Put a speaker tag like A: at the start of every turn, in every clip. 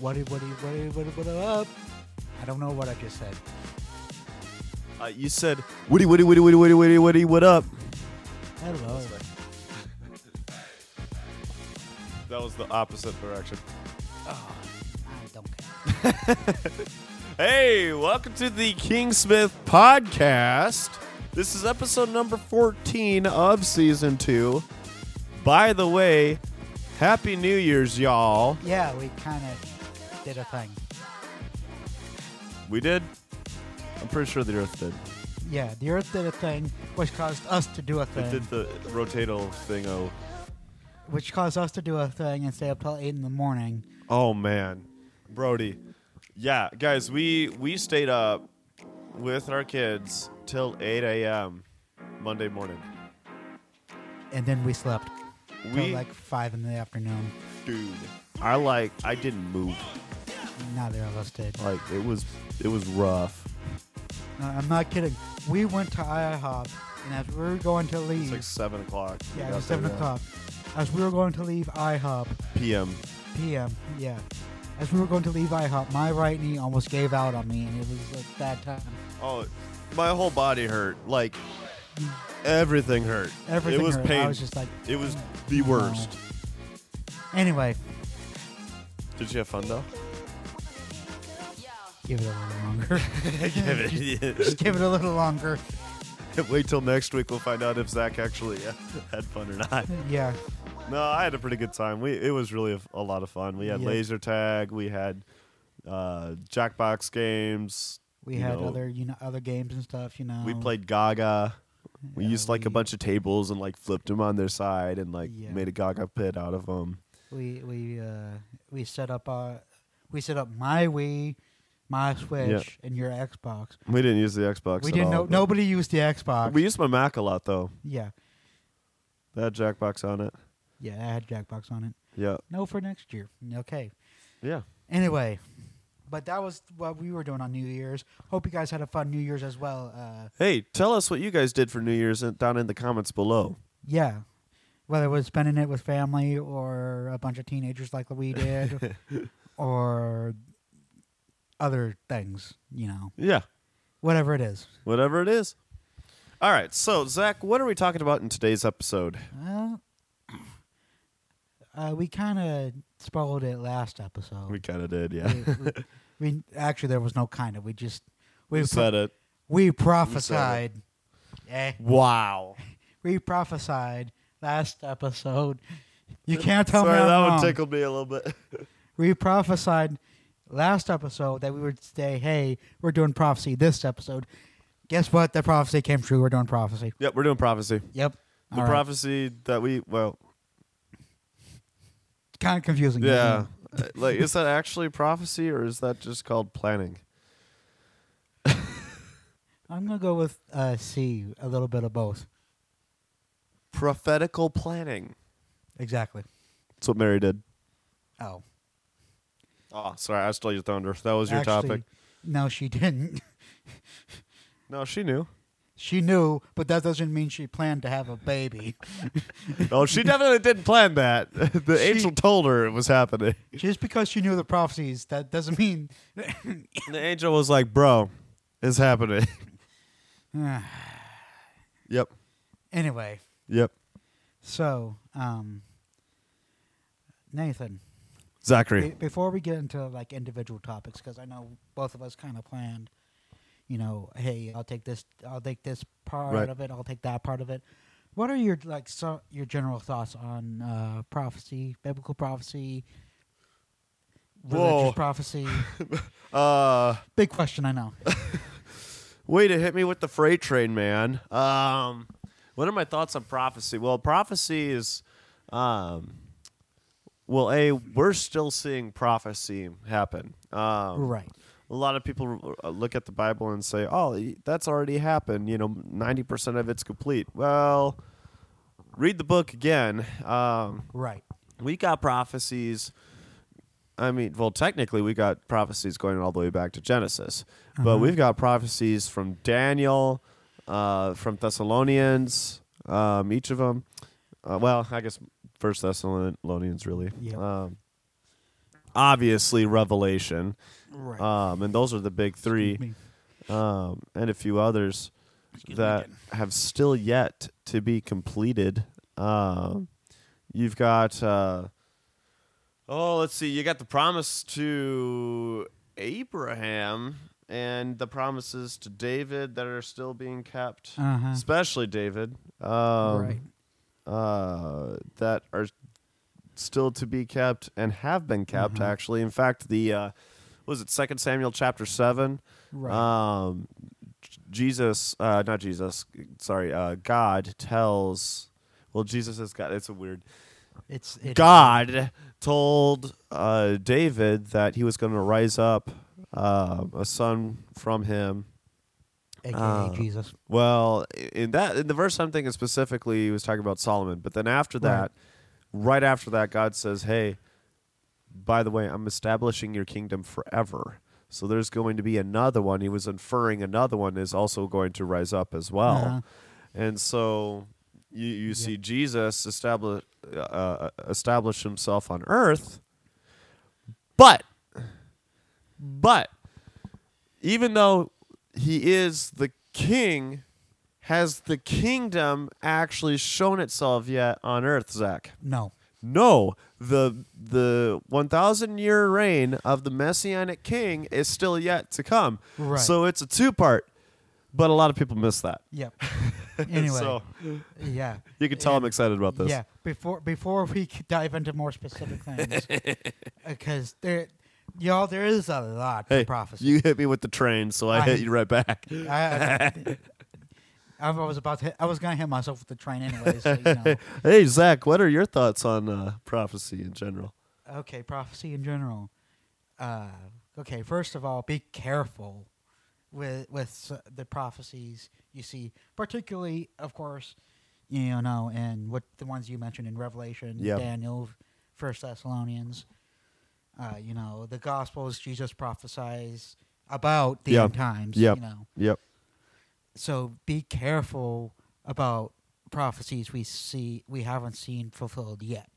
A: what what what what what up? I don't know what I just said.
B: Uh, you said Woody, Woody, Woody, Woody, Woody, Woody, Woody, what up?
A: Hello.
B: That was the opposite direction.
A: I don't care.
B: Hey, welcome to the Kingsmith podcast. This is episode number 14 of season two. By the way, Happy New Year's, y'all.
A: Yeah, we kind of did a thing.
B: We did? I'm pretty sure the Earth did.
A: Yeah, the Earth did a thing, which caused us to do a
B: It
A: thing,
B: did the rotatal thing. Oh,
A: which caused us to do a thing and stay up till eight in the morning.
B: oh man, Brody. Yeah, guys, we we stayed up with our kids till 8 a.m. Monday morning.
A: and then we slept till
B: We,
A: like five in the afternoon.
B: dude, I like, I didn't move.
A: Neither of us did.
B: Like it was, it was rough.
A: No, I'm not kidding. We went to IHOP, and as we were going to leave,
B: It's like seven o'clock. We
A: yeah, it
B: got
A: was seven
B: there, uh,
A: o'clock. As we were going to leave IHOP,
B: p.m.
A: p.m. Yeah, as we were going to leave IHOP, my right knee almost gave out on me, and it was like that time.
B: Oh, my whole body hurt. Like everything hurt.
A: Everything
B: It was
A: hurt.
B: pain.
A: I was just like,
B: it was the worst.
A: anyway,
B: Did you have fun though?
A: give it a little longer.
B: Give
A: Just give it a little longer.
B: it. Wait till next week. We'll find out if Zach actually uh, had fun or not.
A: Yeah,
B: No, I had a pretty good time. We it was really a, a lot of fun. We had
A: Yeah.
B: laser tag. We had uh, Jackbox games.
A: we
B: you
A: had
B: know,
A: other you know other games and stuff. You know,
B: We played Gaga. We
A: Yeah,
B: used like a
A: we-
B: bunch of tables and like flipped them on their side and like
A: Yeah.
B: made a Gaga pit out of them.
A: we we uh, we set up our we set up my Wii, my Switch, and your Xbox.
B: We didn't use the Xbox.
A: we
B: at
A: didn't
B: all,
A: know
B: but-
A: nobody used the Xbox.
B: We used my Mac a lot though.
A: yeah,
B: That had Jackbox on it.
A: yeah, I had Jackbox on it.
B: Yeah.
A: No, for next year. Okay.
B: Yeah.
A: Anyway, but that was what we were doing on New Year's. Hope you guys had a fun New Year's as well. Uh,
B: Hey, tell us what you guys did for New Year's in- down in the comments below.
A: yeah, whether it was spending it with family or a bunch of teenagers like we did, or other things, you know,
B: Yeah.
A: whatever it is.
B: Whatever it is. All right. So, Zach, what are we talking about in today's episode?
A: Well, uh, we kind of spoiled it last episode.
B: We kind of did, yeah.
A: we, we, we- actually there was no kind of. We just we
B: We
A: pro-
B: said it.
A: we prophesied. Eh,
B: Wow.
A: we prophesied last episode. You can't tell
B: Sorry,
A: me I'm
B: that
A: wrong.
B: one tickled me a little bit.
A: We prophesied last episode that we would say, "Hey, we're doing prophecy this episode." Guess what? The prophecy came true. We're doing prophecy.
B: yep, we're doing prophecy.
A: Yep.
B: The prophecy that we well,
A: kind of confusing. isn't
B: yeah.
A: it?
B: Uh, like, is that actually prophecy or is that just called planning?
A: I'm gonna go with uh, C. A little bit of both.
B: Prophetical planning.
A: Exactly.
B: That's what Mary did.
A: Oh,
B: Oh, sorry, I stole your thunder. That was your
A: Actually,
B: topic.
A: No, she didn't.
B: No, she knew.
A: She knew, but that doesn't mean she planned to have a baby.
B: No, she definitely didn't plan that. The angel told her it was happening.
A: Just because she knew the prophecies, that doesn't mean.
B: The angel was like, "Bro, it's happening." yep.
A: anyway,
B: Yep.
A: so um, Nathan, be-
B: Zachary.
A: before we get into like individual topics, because I know both of us kind of planned, you know, hey, I'll take this, I'll take this part
B: Right.
A: of it, I'll take that part of it. What are your like so, your general thoughts on uh, prophecy, biblical prophecy, religious
B: Whoa.
A: prophecy?
B: Uh,
A: Big question, I know.
B: Way to hit me with the freight train, man. Um, what are my thoughts on prophecy? Well, prophecy is, um, well, a we're still seeing prophecy happen. Um,
A: right.
B: A lot of people uh, look at the Bible and say, "Oh, that's already happened." You know, ninety percent of it's complete. Well, read the book again. Um,
A: Right.
B: we got prophecies. I mean, well, technically, we got prophecies going all the way back to Genesis, but we've got prophecies from Daniel, uh, from Thessalonians, um, each of them. Uh, well, I guess First Thessalonians, really.
A: Yep.
B: Um, obviously Revelation,
A: Right.
B: um, and those are the big three,
A: Me.
B: um, and a few others that have still yet to be completed. Um, you've got, uh, oh, let's see, you got the promise to Abraham and the promises to David that are still being kept,
A: Uh-huh.
B: especially David, um,
A: right.
B: uh, that are still to be kept and have been kept,
A: Mhm.
B: actually. In fact, the, uh, what was it, Second Samuel chapter 7?
A: Right.
B: Um, J- Jesus, uh, not Jesus, sorry, uh, God tells. Well, Jesus is God. It's a weird.
A: it's it,
B: God told uh, David that he was going to rise up uh, a son from him.
A: AKA
B: uh,
A: Jesus.
B: Well, i- in that in the verse I'm thinking specifically, he was talking about Solomon. But then after
A: Right.
B: that, right after that, God says, "Hey, by the way, I'm establishing your kingdom forever." So there's going to be another one. He was inferring another one is also going to rise up as well,
A: Uh-huh.
B: and so you you see Jesus establish uh, uh, establish himself on earth, but but even though he is the king, has the kingdom actually shown itself yet on earth, Zach?
A: No.
B: No. The the one thousand year reign of the messianic king is still yet to come.
A: Right.
B: So it's a two part, but a lot of people miss that.
A: Yep. Anyway.
B: So
A: yeah.
B: you can tell I'm
A: And-
B: excited about this.
A: Yeah, before before we c- dive into more specific things, because there, y'all, there is a lot
B: Hey,
A: to prophecy.
B: you hit me with the train, so I,
A: I-
B: hit you right back.
A: I, I, I was about to. Hit, I was gonna hit myself with the train anyway. So, you know.
B: Hey, Zach, what are your thoughts on uh, prophecy in general?
A: Okay, prophecy in general. Uh, okay, first of all, be careful with with s- the prophecies you see, particularly, of course, you know, and what the ones you mentioned in Revelation,
B: Yeah.
A: Daniel, First Thessalonians. Uh, you know, the Gospels, Jesus prophesies about the
B: Yeah.
A: end times.
B: Yep.
A: You know,
B: Yep.
A: so be careful about prophecies we see we haven't seen fulfilled yet,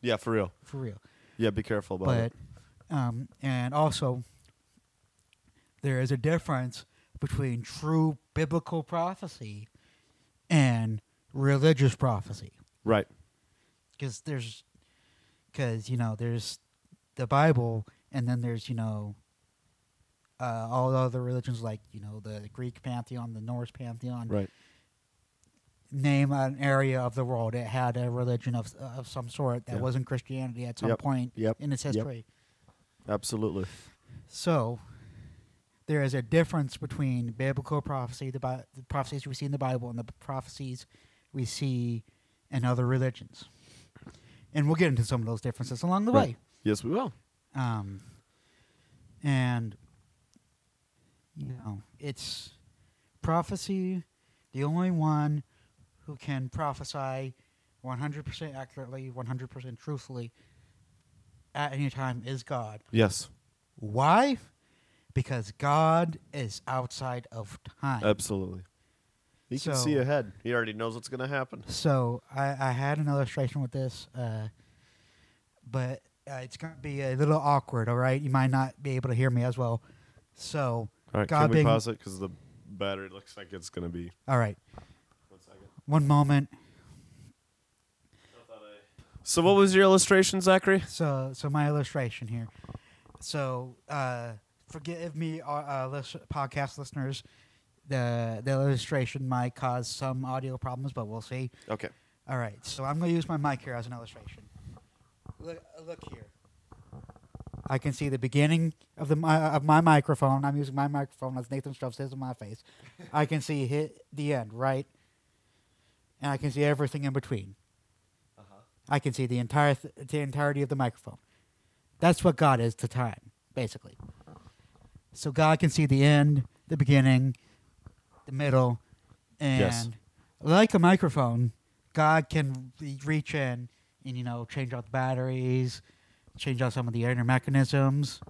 B: Yeah, for real.
A: for real.
B: Yeah, be careful about
A: but
B: it.
A: um, and also there is a difference between true biblical prophecy and religious prophecy
B: Right.
A: because there's because you know there's the bible and then there's you know uh, all the other religions like you know the greek pantheon the norse pantheon
B: Right.
A: name an area of the world it had a religion of, of some sort that
B: Yeah.
A: wasn't christianity at some
B: Yep,
A: point
B: yep,
A: in its
B: yep.
A: history
B: Absolutely.
A: So there is a difference between biblical prophecy, the, Bi- the prophecies we see in the Bible, and the prophecies we see in other religions. And we'll get into some of those differences along the
B: Right. Yes, we will.
A: way. Um, and you know, it's prophecy. The only one who can prophesy 100% accurately, 100% truthfully at any time is God.
B: Yes.
A: Why? Because God is outside of time.
B: Absolutely. He can see
A: So-
B: ahead. He already knows what's going to happen.
A: so I, I had an illustration with this, uh, but uh, it's going to be a little awkward, all right? You might not be able to hear me as well. So,
B: All right,
A: God
B: can we
A: being.
B: pause it because the battery looks like it's going to be.
A: All right.
B: One second.
A: One moment.
B: So, what was your illustration, Zachary?
A: So, so my illustration here. So, uh, forgive me, uh, uh, lis- podcast listeners. The, the illustration might cause some audio problems, but we'll see.
B: Okay.
A: All right, so I'm going to use my mic here as an illustration. Look, look here. I can see the beginning of the mi- of my microphone. I'm using my microphone as Nathan Strauss says in my face. I can see hit the end, right? And I can see everything in between. I can see the entire th- the entirety of the microphone. That's what God is to time, basically. So God can see the end, the beginning, the middle, and
B: Yes.
A: like a microphone, God can re- reach in and you know change out the batteries, change out some of the inner mechanisms.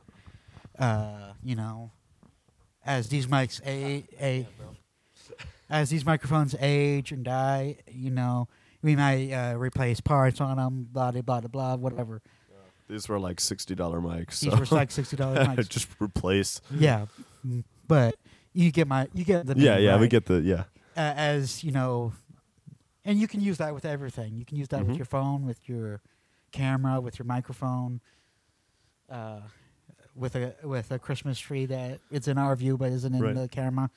A: Uh, you know, as these mics a a as these microphones age and die, you know, we might uh, replace parts on them, blah, blah, blah, blah, blah, whatever.
B: These were like sixty dollar mics.
A: These
B: so-
A: were like sixty dollars mics.
B: just replace.
A: yeah, Mm, but you get my you get the
B: Yeah,
A: name,
B: yeah, we
A: right?
B: get the yeah.
A: uh, as you know, and you can use that with everything. You can use that
B: Mhm.
A: with your phone, with your camera, with your microphone, uh, with a with a Christmas tree that it's in our view but isn't in
B: Right.
A: the camera.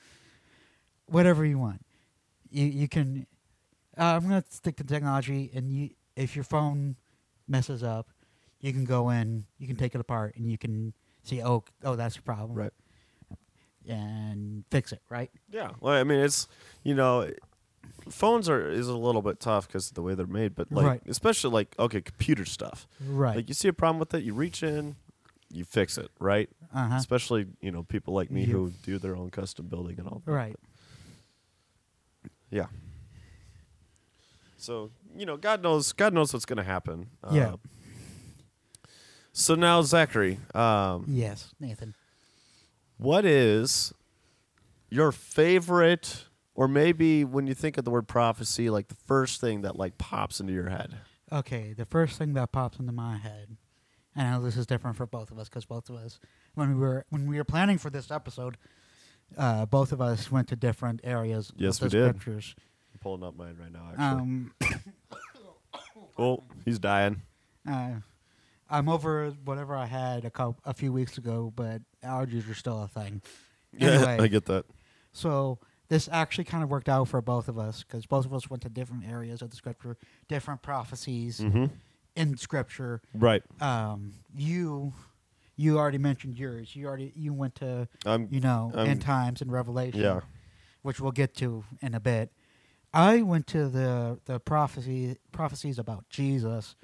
A: Whatever you want, you you can. Uh, I'm gonna stick to technology, and you if your phone messes up, you can go in, you can take it apart, and you can see oh oh that's a problem,
B: Right.
A: And fix it, right?
B: Yeah. Well, I mean, it's you know, phones are is a little bit tough because of the way they're made, but like
A: Right.
B: especially like okay, computer stuff.
A: Right.
B: Like you see a problem with it, you reach in, you fix it, right?
A: uh huh.
B: Especially you know people like me
A: You-
B: who do their own custom building and all that.
A: Right.
B: Yeah. So you know, God knows, God knows what's going to happen. Uh,
A: Yeah.
B: So now, Zachary, um,
A: Yes, Nathan.
B: What is your favorite, or maybe when you think of the word prophecy, like the first thing that like pops into your head?
A: Okay, the first thing that pops into my head, and I know this is different for both of us because both of us, when we were when we were planning for this episode, uh, both of us went to different areas.
B: Yes,
A: with
B: we
A: the
B: did.
A: Scriptures.
B: I'm pulling up mine right now. Actually,
A: Um,
B: oh, he's dying.
A: uh, I'm over whatever I had a couple, a few weeks ago, but allergies are still a thing. Anyway,
B: I get that.
A: So this actually kind of worked out for both of us because both of us went to different areas of the scripture, different prophecies
B: Mm-hmm.
A: in scripture.
B: Right.
A: um, you you already mentioned yours. You already you went to
B: I'm-
A: you know
B: I'm-
A: end times and Revelation,
B: Um, Yeah.
A: which we'll get to in a bit. I went to the the prophecy prophecies about Jesus,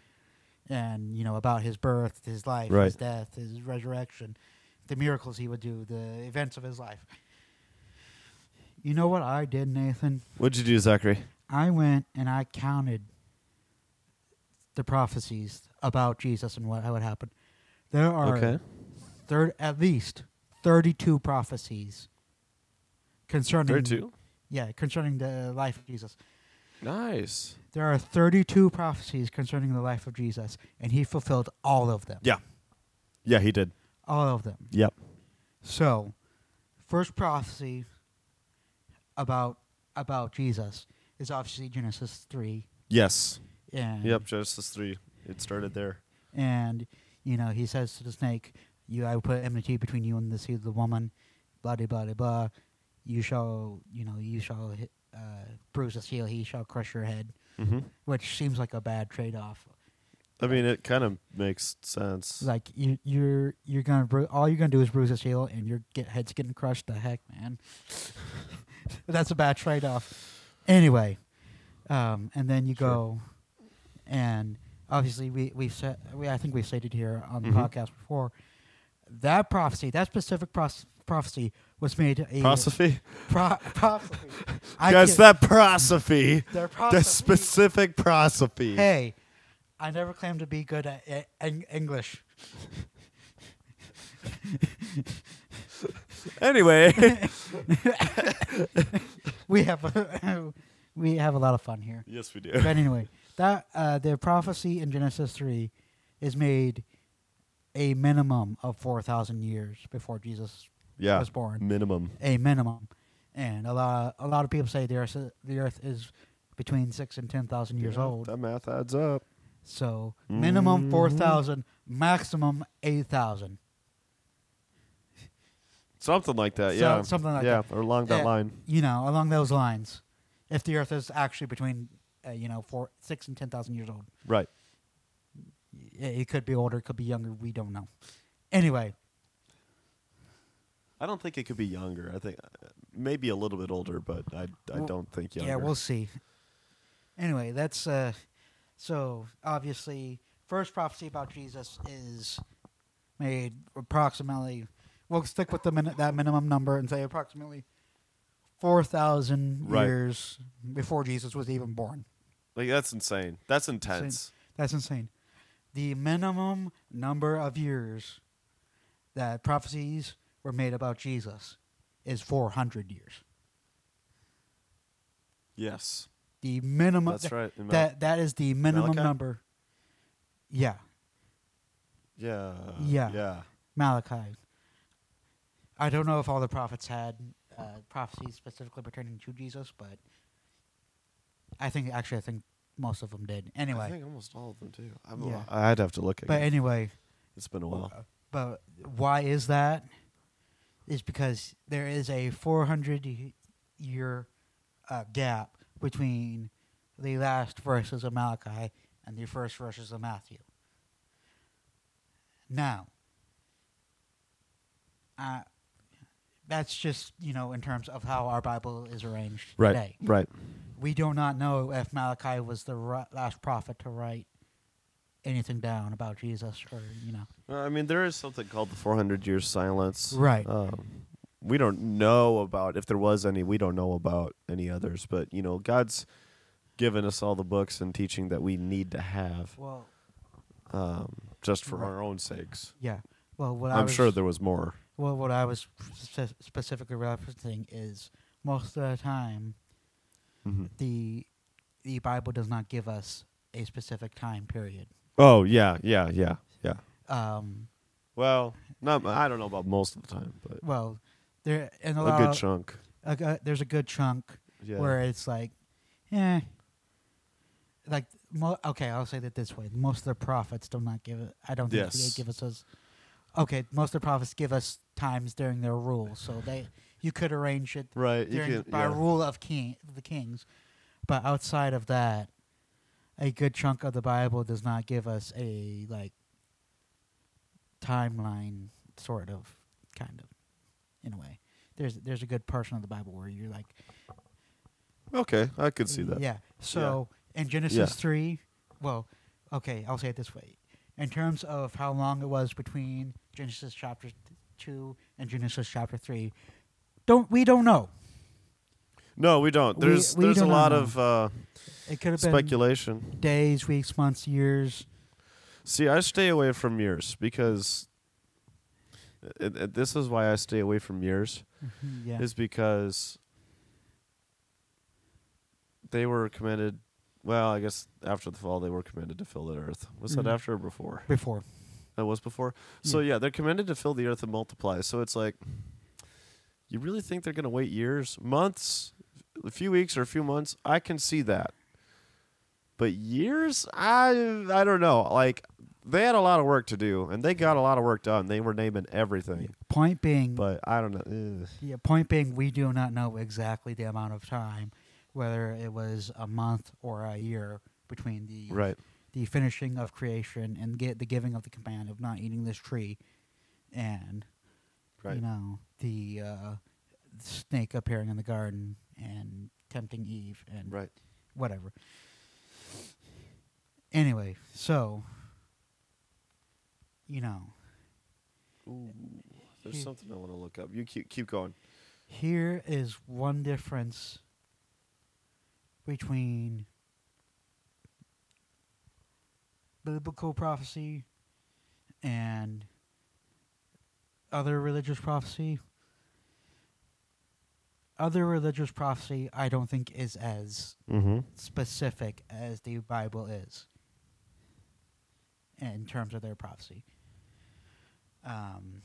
A: and you know about his birth, his life, his
B: Right.
A: death, his resurrection, the miracles he would do, the events of his life. You know what I did, Nathan?
B: What'd you do, Zachary?
A: I went and I counted the prophecies about Jesus and what how would happen. There are
B: Okay.
A: thir- at least thirty-two prophecies concerning
B: Thirty-two.
A: Yeah, concerning the life of Jesus.
B: Nice.
A: There are thirty-two prophecies concerning the life of Jesus, and he fulfilled all of them.
B: Yeah. Yeah, he did.
A: all of them.
B: Yep.
A: So, first prophecy about about Jesus is obviously Genesis three.
B: Yes.
A: And
B: Yep. Genesis three. It started there.
A: and you know he says to the snake, "You, I will put enmity between you and the seed of the woman." Blah de blah de blah. You shall, you know, you shall hit, uh, bruise his heel; he shall crush your head.
B: Mm-hmm.
A: Which seems like a bad trade-off.
B: I mean, it kind of makes sense.
A: Like you, you're you're gonna bru- all you're gonna do is bruise his heel, and your get head's getting crushed. The heck, man! That's a bad trade-off. Anyway, um, and then you
B: Sure.
A: go, and obviously we we've said we, I think we've stated here on the
B: Mhm.
A: podcast before that prophecy that specific pros- prophecy was made a
B: Prosophy,
A: pro- prophecy. I
B: guys.
A: can't-
B: That prosophy.
A: their
B: The
A: prophecy.
B: specific prosophy.
A: Hey, I never claimed to be good at e- en- English.
B: Anyway.
A: We have a, we have a lot of fun here.
B: yes, we do.
A: But anyway, that uh, the prophecy in Genesis three is made a minimum of four thousand years before Jesus
B: Yeah.
A: was born.
B: Minimum.
A: A minimum, and a lot a lot of people say the earth the earth is between six and ten thousand years
B: Yeah,
A: old.
B: That math adds up.
A: So minimum four
B: Mhm.
A: thousand, maximum eight thousand.
B: Something like that.
A: So-
B: Yeah.
A: something like
B: yeah, or along that
A: Uh,
B: line.
A: you know, along those lines, if the Earth is actually between, uh, you know, four, six and ten thousand years old,
B: Right.
A: it, it could be older, it could be younger. We don't know. Anyway,
B: I don't think it could be younger. I think uh, maybe a little bit older, but I, I
A: Well,
B: don't think younger.
A: yeah, we'll see. Anyway, that's uh, so obviously, first prophecy about Jesus is made approximately. We'll stick with the min- that minimum number and say approximately four thousand
B: Right.
A: years before Jesus was even born.
B: Like that's insane. That's intense.
A: That's insane. The minimum number of years that prophecies were made about Jesus is 400 years.
B: Yes.
A: The minimum
B: That's right. in Mal-
A: that that is the minimum
B: Malachi?
A: number. Yeah.
B: Yeah.
A: Yeah.
B: Yeah.
A: Malachi. I don't know if all the prophets had uh, prophecies specifically pertaining to Jesus, but I think actually I think most of them did.
B: I
A: Anyway,
B: think almost all of them too. I'm
A: Yeah.
B: I'd have to look at
A: but
B: it.
A: anyway,
B: It's been a while.
A: Uh, but why is that? Is because there is a 400 y- year uh, gap between the last verses of Malachi and the first verses of Matthew. Now, uh, that's just you know in terms of how our Bible is arranged
B: Right.
A: today.
B: Right.
A: We do not know if Malachi was the ri- last prophet to write anything down about Jesus or you know.
B: Well, I mean, there is something called the 400 years silence.
A: Right.
B: Um, we don't know about if there was any. We don't know about any others. But you know, God's given us all the books and teaching that we need to have,
A: Well,
B: um, just for
A: Right.
B: our own sakes.
A: Yeah. Well, what I
B: I'm
A: was,
B: sure there was more.
A: Well, what I was spe- specifically referencing is most of the time
B: Mhm.
A: the the Bible does not give us a specific time period.
B: Oh yeah, yeah, yeah, yeah.
A: Um,
B: Well, not I don't know about most of the time, but
A: well, there and a,
B: a
A: lot
B: good chunk.
A: a gu- there's a good chunk
B: Yeah.
A: where it's like, eh. Like mo- okay, I'll say that this way: most of the prophets do not give. it- I don't think
B: Yes.
A: they give us. Those, okay, most of the prophets give us times during their rule, so they you could arrange it
B: right. You
A: during-
B: can,
A: by
B: yeah.
A: rule of king the kings. But outside of that, a good chunk of the Bible does not give us a like timeline sort of kind of in a way. There's there's a good portion of the Bible where you're like
B: Okay, I could see that.
A: yeah. So in Genesis
B: Yeah.
A: three, well, okay, I'll say it this way: in terms of how long it was between Genesis chapter two and Genesis chapter three, don't we don't know.
B: No, we don't.
A: We-
B: There's
A: we
B: there's
A: do
B: a
A: not
B: lot
A: know.
B: of uh,
A: It could have been
B: speculation.
A: days, weeks, months, years.
B: See, I stay away from years because it, it- this is why I stay away from years
A: Mm-hmm, yeah.
B: is because they were commanded. Well, I guess after the fall, they were commanded to fill the earth. Was
A: Mhm.
B: that after or before?
A: Before.
B: That was before. So yeah, they're commanded to fill the earth and multiply. So it's like, you really think they're gonna wait years, months, a few weeks or a few months? I can see that, but years? I I don't know. Like they had a lot of work to do, and they got a lot of work done. They were naming everything,
A: Point being,
B: but I don't know. Ugh.
A: yeah, point being, we do not know exactly the amount of time, whether it was a month or a year between the
B: Right.
A: the finishing of creation and get the giving of the command of not eating this tree, and
B: Right.
A: you know the uh, snake appearing in the garden and tempting Eve and
B: Right.
A: whatever. Anyway, so you know.
B: Ooh,
A: Here.
B: there's something I want to look up. You keep keep going.
A: Here is one difference between biblical prophecy and other religious prophecy. Other religious prophecy, I don't think, is as
B: Mm-hmm.
A: specific as the Bible is in terms of their prophecy. Um,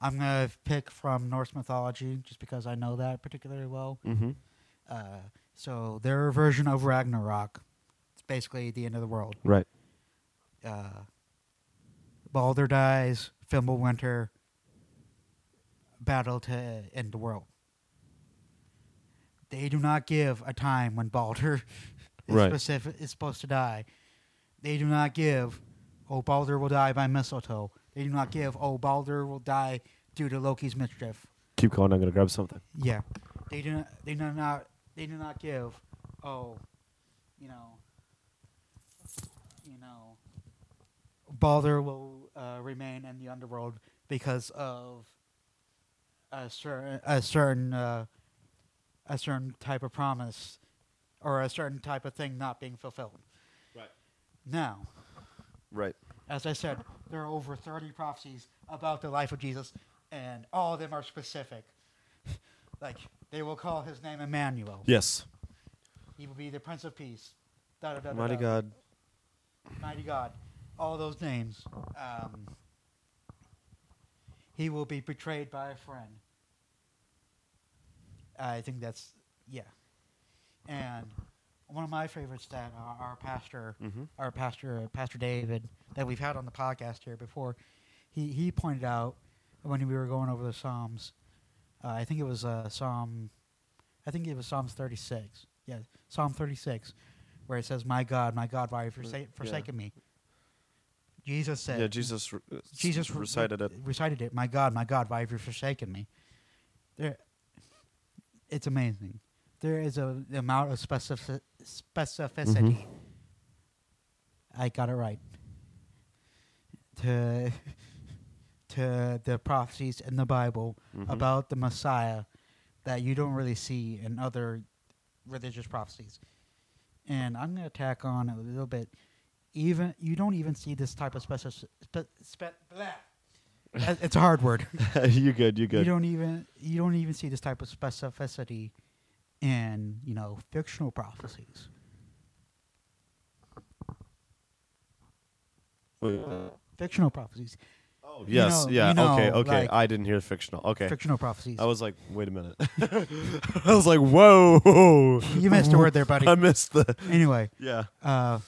A: I'm going to pick from Norse mythology just because I know that particularly well.
B: Mm-hmm.
A: Uh, so, their version of Ragnarok, it's basically the end of the world.
B: Right.
A: Uh, Balder dies, Fimbulwinter, battle to end the world. They do not give a time when Balder is,
B: Right.
A: specific, is supposed to die. They do not give, oh, Balder will die by mistletoe. They do not give, oh, Balder will die due to Loki's mischief.
B: Keep going. I'm gonna grab something.
A: Yeah. They do not they do not they do not give oh you know you know Balder will uh, remain in the underworld because of a certain a certain uh, a certain type of promise or a certain type of thing not being fulfilled.
B: Right.
A: Now,
B: Right.
A: as I said, there are over 30 prophecies about the life of Jesus, and all of them are specific. like, they will call his name Emmanuel.
B: Yes.
A: He will be the Prince of Peace. Da, da, da, da,
B: Mighty
A: da.
B: God.
A: Mighty God. all those names, um, he will be betrayed by a friend. I think that's yeah. And one of my favorites that our, our pastor,
B: Mhm.
A: our pastor, uh, Pastor David, that we've had on the podcast here before, he he pointed out when we were going over the Psalms. Uh, I think it was uh, Psalm, I think it was Psalms thirty six. Yeah, Psalm thirty six, where it says, "My God, my God, why have you forsa- forsaken me?" Jesus said,
B: Mm, Yeah, Jesus. re- uh, s-
A: Jesus re-
B: recited it.
A: Recited it. My God, my God, why have you forsaken me? There, it's amazing. There is a the amount of specific, specificity. I got it right. To to the prophecies in the Bible
B: Mhm.
A: about the Messiah that you don't really see in other religious prophecies. And I'm going to tack on a little bit. Even you don't even see this type of special. Spe, spe, blah. That- it's a hard word.
B: you good? You
A: uh, You
B: good?
A: don't even you don't even see this type of specificity in you know fictional prophecies. Fictional prophecies.
B: Oh,
A: you
B: yes.
A: know-
B: yeah.
A: you know,
B: okay. Okay.
A: like-
B: I didn't hear fictional. Okay.
A: Fictional prophecies.
B: I was like, wait a minute. I was like, whoa.
A: you missed a word there, buddy.
B: I missed the.
A: anyway,
B: Yeah.
A: uh,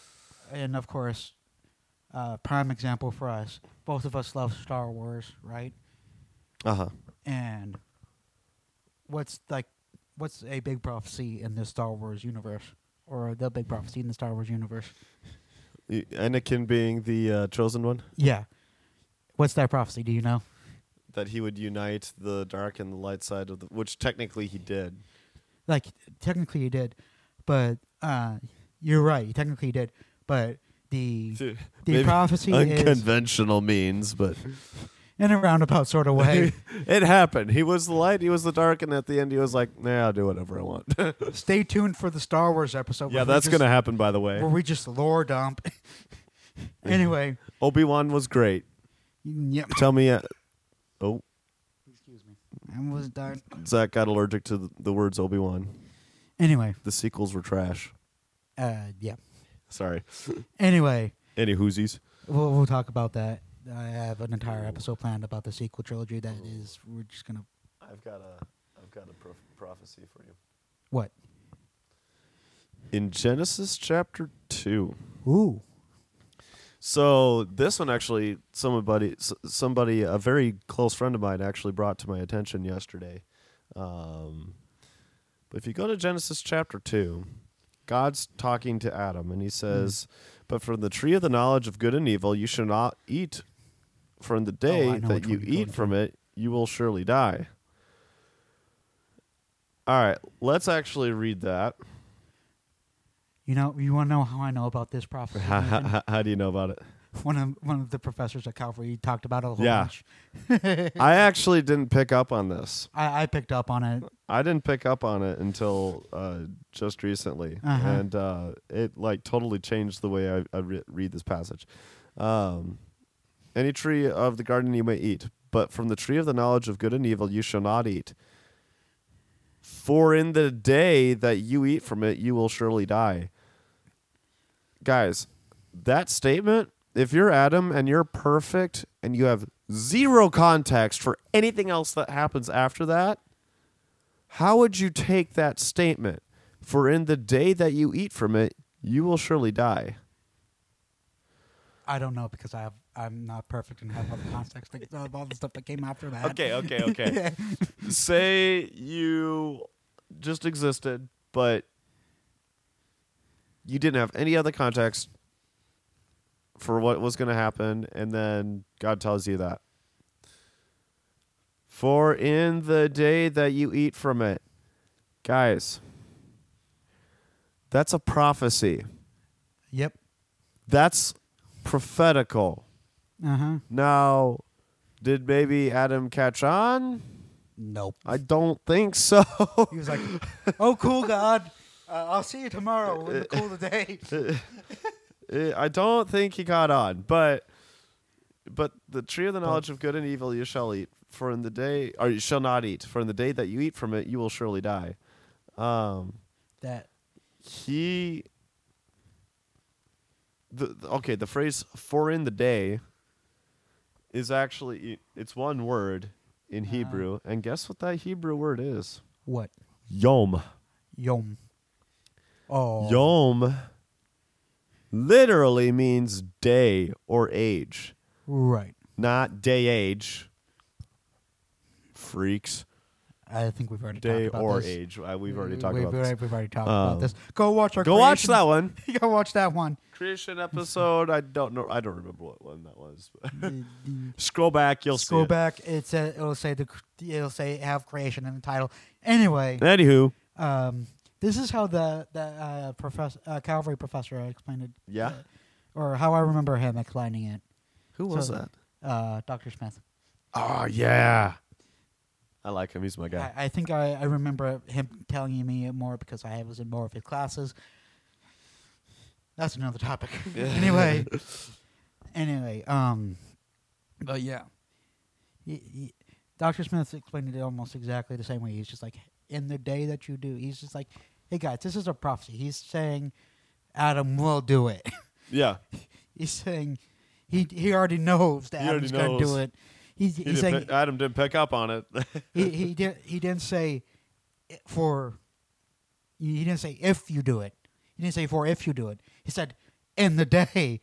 A: and of course, uh, prime example for us. Both of us love Star Wars, right?
B: Uh huh.
A: And what's like, what's a big prophecy in the Star Wars universe, or the big prophecy in the Star Wars universe?
B: Anakin being the uh, chosen one,
A: Yeah, what's that prophecy? Do you know?
B: that he would unite the dark and the light side of the, which technically he did.
A: Like, technically you did, but uh, you're right. You technically did, but the
B: The
A: the prophecy is
B: unconventional means, but
A: in a roundabout sort of way.
B: it happened. He was the light, he was the dark, and at the end, he was like, "Nah, I'll do whatever I want."
A: Stay tuned for the Star Wars episode.
B: yeah,
A: where we
B: that's
A: just-
B: gonna happen. By the way,
A: where we just lore dump. anyway,
B: Obi Wan was great.
A: yep.
B: Tell me, uh, oh,
A: Excuse me. I was done.
B: Zach got allergic to the, the words Obi Wan.
A: Anyway,
B: The sequels were trash.
A: uh, yeah.
B: Sorry.
A: Anyway,
B: Any hoosies?
A: we'll we'll talk about that. I have an entire episode planned about the sequel trilogy. That is, we're just gonna
B: I've got a, I've got a prof- prophecy for you.
A: what?
B: In Genesis chapter two.
A: Ooh,
B: So this one actually, somebody, s- somebody, a very close friend of mine actually brought to my attention yesterday. Um, but if you go to Genesis chapter two, God's talking to Adam,
A: Mm-hmm.
B: and He says, "But from the tree of the knowledge of good and evil, you shall not eat. From the day
A: Oh, I know
B: that
A: which
B: you
A: one you're
B: eat
A: going
B: from it, you will surely die." All right, let's actually read that.
A: you know, you want to know how I know about this prophecy?
B: How,
A: Nathan?
B: how, how do you know about it?
A: one of one of the professors at Calvary talked about it a whole
B: Yeah.
A: bunch.
B: I actually didn't pick up on this.
A: I, I picked up on it.
B: I didn't pick up on it until uh, just recently,
A: Uh-huh.
B: and uh, it like totally changed the way I, I re- read this passage. Um, Any tree of the garden you may eat, but from the tree of the knowledge of good and evil you shall not eat. For in the day that you eat from it, you will surely die. Guys, that statement, if you're Adam and you're perfect and you have zero context for anything else that happens after that, how would you take that statement? For in the day that you eat from it, you will surely die.
A: I don't know because I have I'm not perfect and have all the context like, of all the stuff that came after that.
B: okay, okay. Say you just existed, but you didn't have any other context for what was going to happen, and then God tells you that. For in the day that you eat from it, guys, that's a prophecy.
A: Yep.
B: That's prophetical.
A: Uh huh.
B: Now, did maybe Adam catch on?
A: Nope.
B: I don't think so.
A: He was like, "Oh, cool, God, uh, I'll see you tomorrow in the cool of the day."
B: Eh, I don't think he caught on, but but the tree of the knowledge of good and evil you shall eat, for in the day or you shall not eat, for in the day that you eat from it you will surely die. Um
A: That
B: he the, the- okay, the phrase "for in the day" is actually it's one word in Hebrew, and guess what that Hebrew word is?
A: What?
B: Yom.
A: Yom. Oh.
B: Yom literally means day or age,
A: Right.
B: not day age. Freaks,
A: I think we've already
B: day
A: talked about
B: or
A: this.
B: age. Uh, we've already
A: We-
B: talked
A: we've
B: about
A: already,
B: this.
A: We've already talked
B: Um,
A: about this. Go watch our.
B: Go watch
A: creation-
B: that one.
A: Go watch that one.
B: Creation episode. I don't know. I don't remember what one that was. but- Scroll back. You'll
A: Scroll
B: see it.
A: back. It's a, it'll say the cr- it'll say have creation in the title. Anyway,
B: Anywho,
A: um, this is how the the uh, professor uh, Calvary professor explained it.
B: Yeah?
A: uh, or how I remember him explaining it.
B: who
A: was that? Uh, Doctor Smith.
B: Oh yeah, I like him. He's my guy.
A: I, I think I, I remember him telling me more because I was in more of his classes. That's another topic. anyway, anyway, um, but yeah, Doctor Smith explained it almost exactly the same way. He's just like, in the day that you do, he's just like, hey guys, this is a prophecy. He's saying, Adam will do it.
B: yeah,
A: he's saying, he he already knows that
B: He already
A: Adam's going to
B: knows.
A: do it. He's,
B: He
A: he's
B: didn't
A: saying,
B: pick- Adam didn't pick up on it.
A: he he didn't he didn't say i- for he didn't say if you do it. He didn't say for if you do it. He said in the day.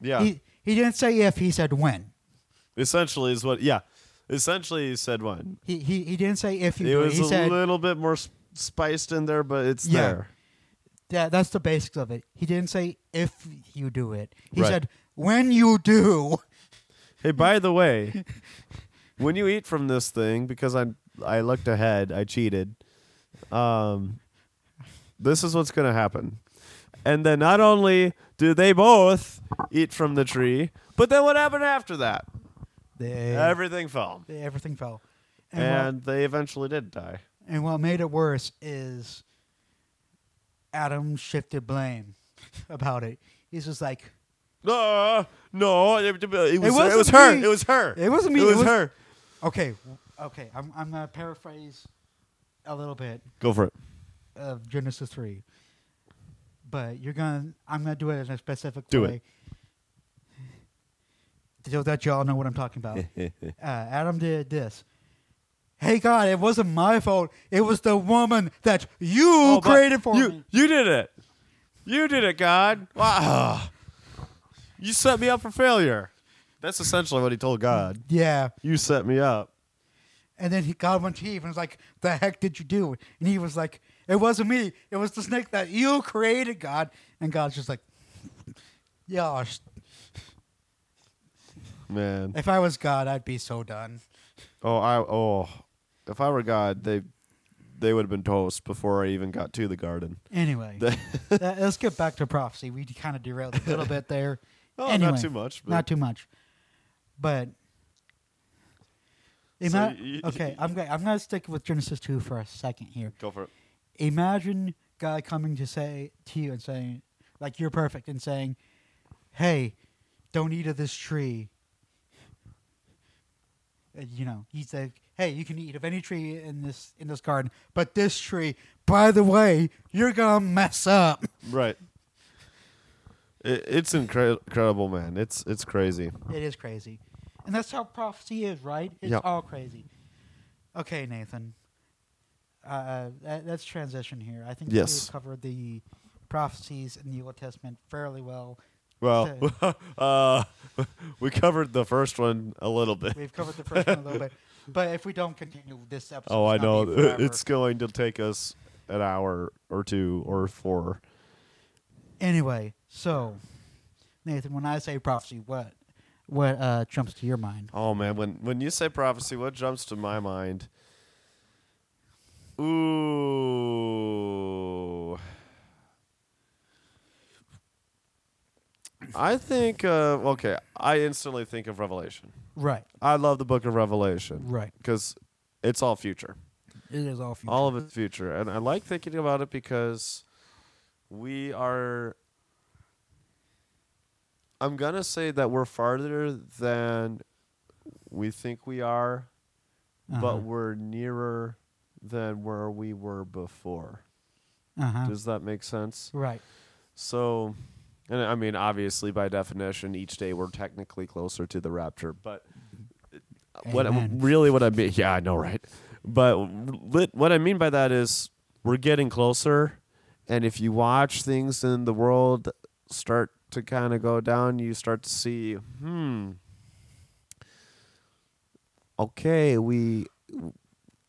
B: yeah,
A: He he didn't say if he said when.
B: essentially is what. Yeah, essentially he said one.
A: He he, he didn't say if you
B: It
A: do it.
B: was
A: He
B: a
A: said
B: little bit more sp- spiced in there, but it's
A: Yeah.
B: there.
A: that that's the basics of it. He didn't say if you do it. He
B: Right.
A: said when you do.
B: Hey, by the way, when you eat from this thing, because I I looked ahead, I cheated. Um, this is what's gonna happen, and then not only do they both eat from the tree, but then what happened after that?
A: They,
B: Everything fell,
A: they- everything fell. And, what-
B: and they eventually did die.
A: and what made it worse is Adam shifted blame about it. He's just like
B: No, Ah, no, it, it was, it
A: wasn't
B: was her.
A: me.
B: It was her.
A: It wasn't me.
B: It
A: It
B: was,
A: was-
B: her.
A: Okay, w- okay. I'm I'm gonna paraphrase a little bit
B: Go for it.
A: of Genesis three, but you're gonna I'm gonna do it in a specific
B: Do it.
A: way, so that y'all know what I'm talking about. uh, Adam did this. Hey God, it wasn't my fault. It was the woman that you
B: Oh, but
A: created for
B: you,
A: me.
B: You did it. You did it, God. Wow. You set me up for failure. That's essentially what he told God.
A: Yeah.
B: You set me up.
A: And then he, God went to Eve and was like, "The heck did you do?" And Eve was like, "It wasn't me. It was the snake that you created, God." And God's just like, "Yeah, sh-
B: Man.
A: if I was God, I'd be so done."
B: Oh, I oh if I were God, they they would have been toast before I even got to the garden.
A: Anyway,
B: The-
A: uh, let's get back to prophecy. We kind of derailed a little bit there.
B: Oh, not
A: anyway,
B: too much, but-
A: Not too much, but. Ima-
B: y- y-
A: okay, I'm gonna I'm gonna stick with Genesis two for a second here.
B: Go for it.
A: imagine God coming to say to you and saying, like, you're perfect, and saying, hey, don't eat of this tree. Uh, You know, he's like, hey, you can eat of any tree in this in this garden, but this tree, by the way, you're gonna mess up.
B: Right. It, it's incre- incredible, man. It's it's crazy.
A: It is crazy, and that's how prophecy is, right? It's
B: Yeah.
A: all crazy. Okay, Nathan. Uh, that, let's transition here. I think
B: Yes.
A: we covered the prophecies in the Old Testament fairly well.
B: Well, uh, we covered the first one a little bit.
A: We've covered the first one a little bit, but if we don't continue this episode,
B: Oh, I
A: it's gonna
B: know.
A: be forever.
B: It's going to take us an hour or two or four.
A: anyway. So, Nathan, when I say prophecy, what what uh, jumps to your mind?
B: Oh man, when when you say prophecy, what jumps to my mind? Ooh. I think uh, okay. I instantly think of Revelation.
A: Right,
B: I love the Book of Revelation.
A: Right.
B: Because it's all future.
A: it is all future.
B: all of its future. And I like thinking about it because we are. I'm gonna say that we're farther than we think we are,
A: Uh-huh.
B: but we're nearer than where we were before.
A: uh-huh.
B: Does that make sense?
A: right.
B: So And I mean, obviously, by definition, each day we're technically closer to the rapture. But what
A: Amen.
B: really what I mean, yeah, I know, right? But lit, what I mean by that is we're getting closer, and if you watch things in the world start to kind of go down, you start to see, hmm, okay, we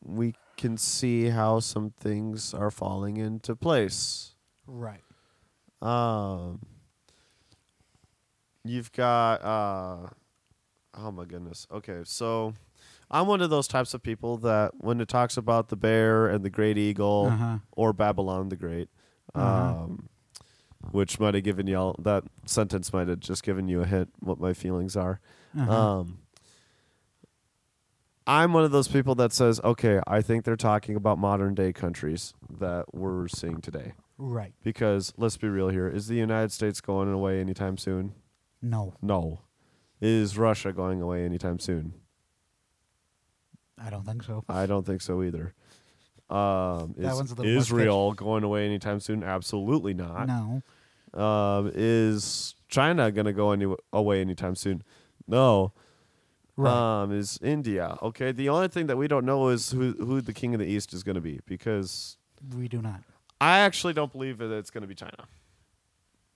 B: we can see how some things are falling into place.
A: Right.
B: Um, you've got uh, oh my goodness. Okay, so I'm one of those types of people that when it talks about the bear and the great eagle
A: Uh-huh.
B: or Babylon the Great,
A: Uh-huh.
B: um, which might have given y'all that sentence might have just given you a hint what my feelings are.
A: Uh-huh.
B: Um, I'm one of those people that says, okay, I think they're talking about modern day countries that we're seeing today.
A: right.
B: Because let's be real here. Is the United States going away anytime soon?
A: No,
B: No. Is Russia going away anytime soon?
A: I don't think so.
B: I don't think so either. Um,
A: That
B: is
A: one's a little more
B: Israel going away anytime soon? Absolutely not.
A: no.
B: Um, is China going to go any- away anytime soon? No.
A: Right.
B: Um, is India. Okay. The only thing that we don't know is who, who the king of the east is going to be because
A: we do not.
B: I actually don't believe that it's going to be China.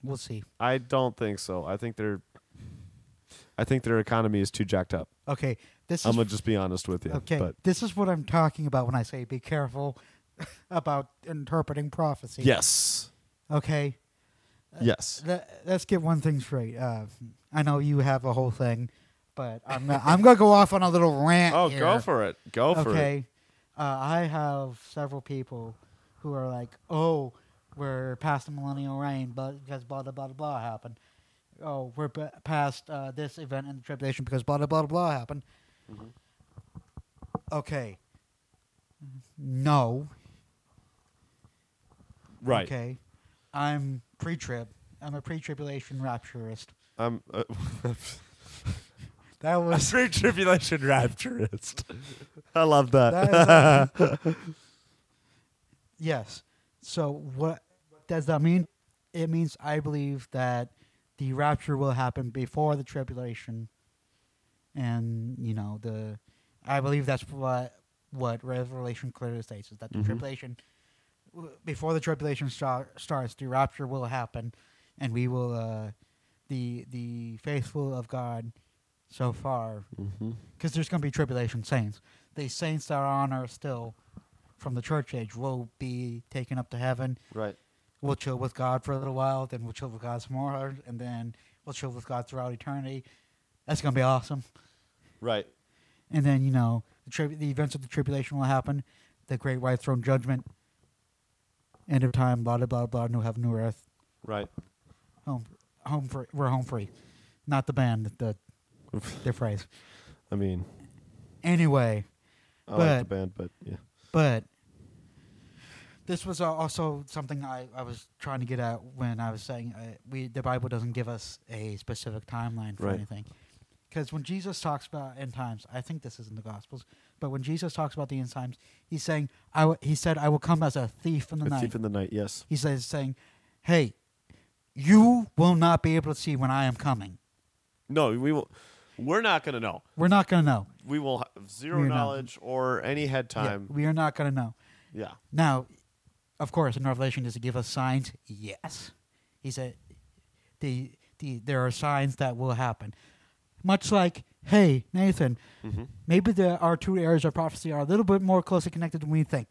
A: We'll see.
B: I don't think so. I think they're. I think their economy is too jacked up.
A: Okay. This
B: I'm
A: is
B: gonna just be honest with you.
A: okay.
B: But
A: This is what I'm talking about when I say be careful about interpreting prophecy.
B: yes,
A: Okay.
B: yes.
A: Let, let's get one thing straight. Uh, I know you have a whole thing, but I'm gonna, I'm gonna go off on a little rant.
B: Oh,
A: here.
B: go for it. Go for it.
A: okay. Uh, I have several people who are like, oh, we're past the millennial reign, but because blah blah blah blah happened. Oh, we're b- past uh, this event in the tribulation because blah blah blah blah happened. Okay. No.
B: Right.
A: Okay. I'm pre-trib. I'm a pre-tribulation rapturist.
B: I'm uh,
A: That was
B: pre tribulation rapturist. I love that.
A: That is, yes. So what does that mean? It means I believe that the rapture will happen before the tribulation, and you know the. I believe that's what what Revelation clearly states is that the
B: Mhm.
A: tribulation, w- before the tribulation star, starts, the rapture will happen, and we will uh, the the faithful of God, so far
B: mm-hmm.
A: because there's going to be tribulation saints. These saints that are on earth still from the church age will be taken up to heaven.
B: Right.
A: We'll chill with God for a little while, then we'll chill with God some more, and then we'll chill with God throughout eternity. That's going to be awesome.
B: Right.
A: And then, you know, the, tri- the events of the tribulation will happen, the great white throne judgment, end of time, blah, blah, blah, blah, new heaven, new earth.
B: Right.
A: Home, home free. We're home free. Not the band, the, their phrase.
B: I mean,
A: Anyway.
B: I like
A: But-
B: the band, but yeah.
A: But this was al- also something I, I was trying to get at when I was saying uh, we the Bible doesn't give us a specific timeline for
B: Right.
A: anything. Because when Jesus talks about end times, I think this is in the Gospels, but when Jesus talks about the end times, he's saying, I w- he said, I will come as a thief in the
B: A
A: night.
B: thief in the night. Yes.
A: he says, saying, hey, you will not be able to see when I am coming.
B: No, we will. We're not gonna know.
A: We're not going to know.
B: We will have zero
A: We're not.
B: knowledge or any head
A: Yeah,
B: time.
A: we are not going to know.
B: Yeah.
A: Now, of course, in Revelation, does it give us signs? Yes. He said, the, the, there are signs that will happen. Much like, hey, Nathan,
B: Mm-hmm.
A: maybe there are two areas of prophecy are a little bit more closely connected than we think.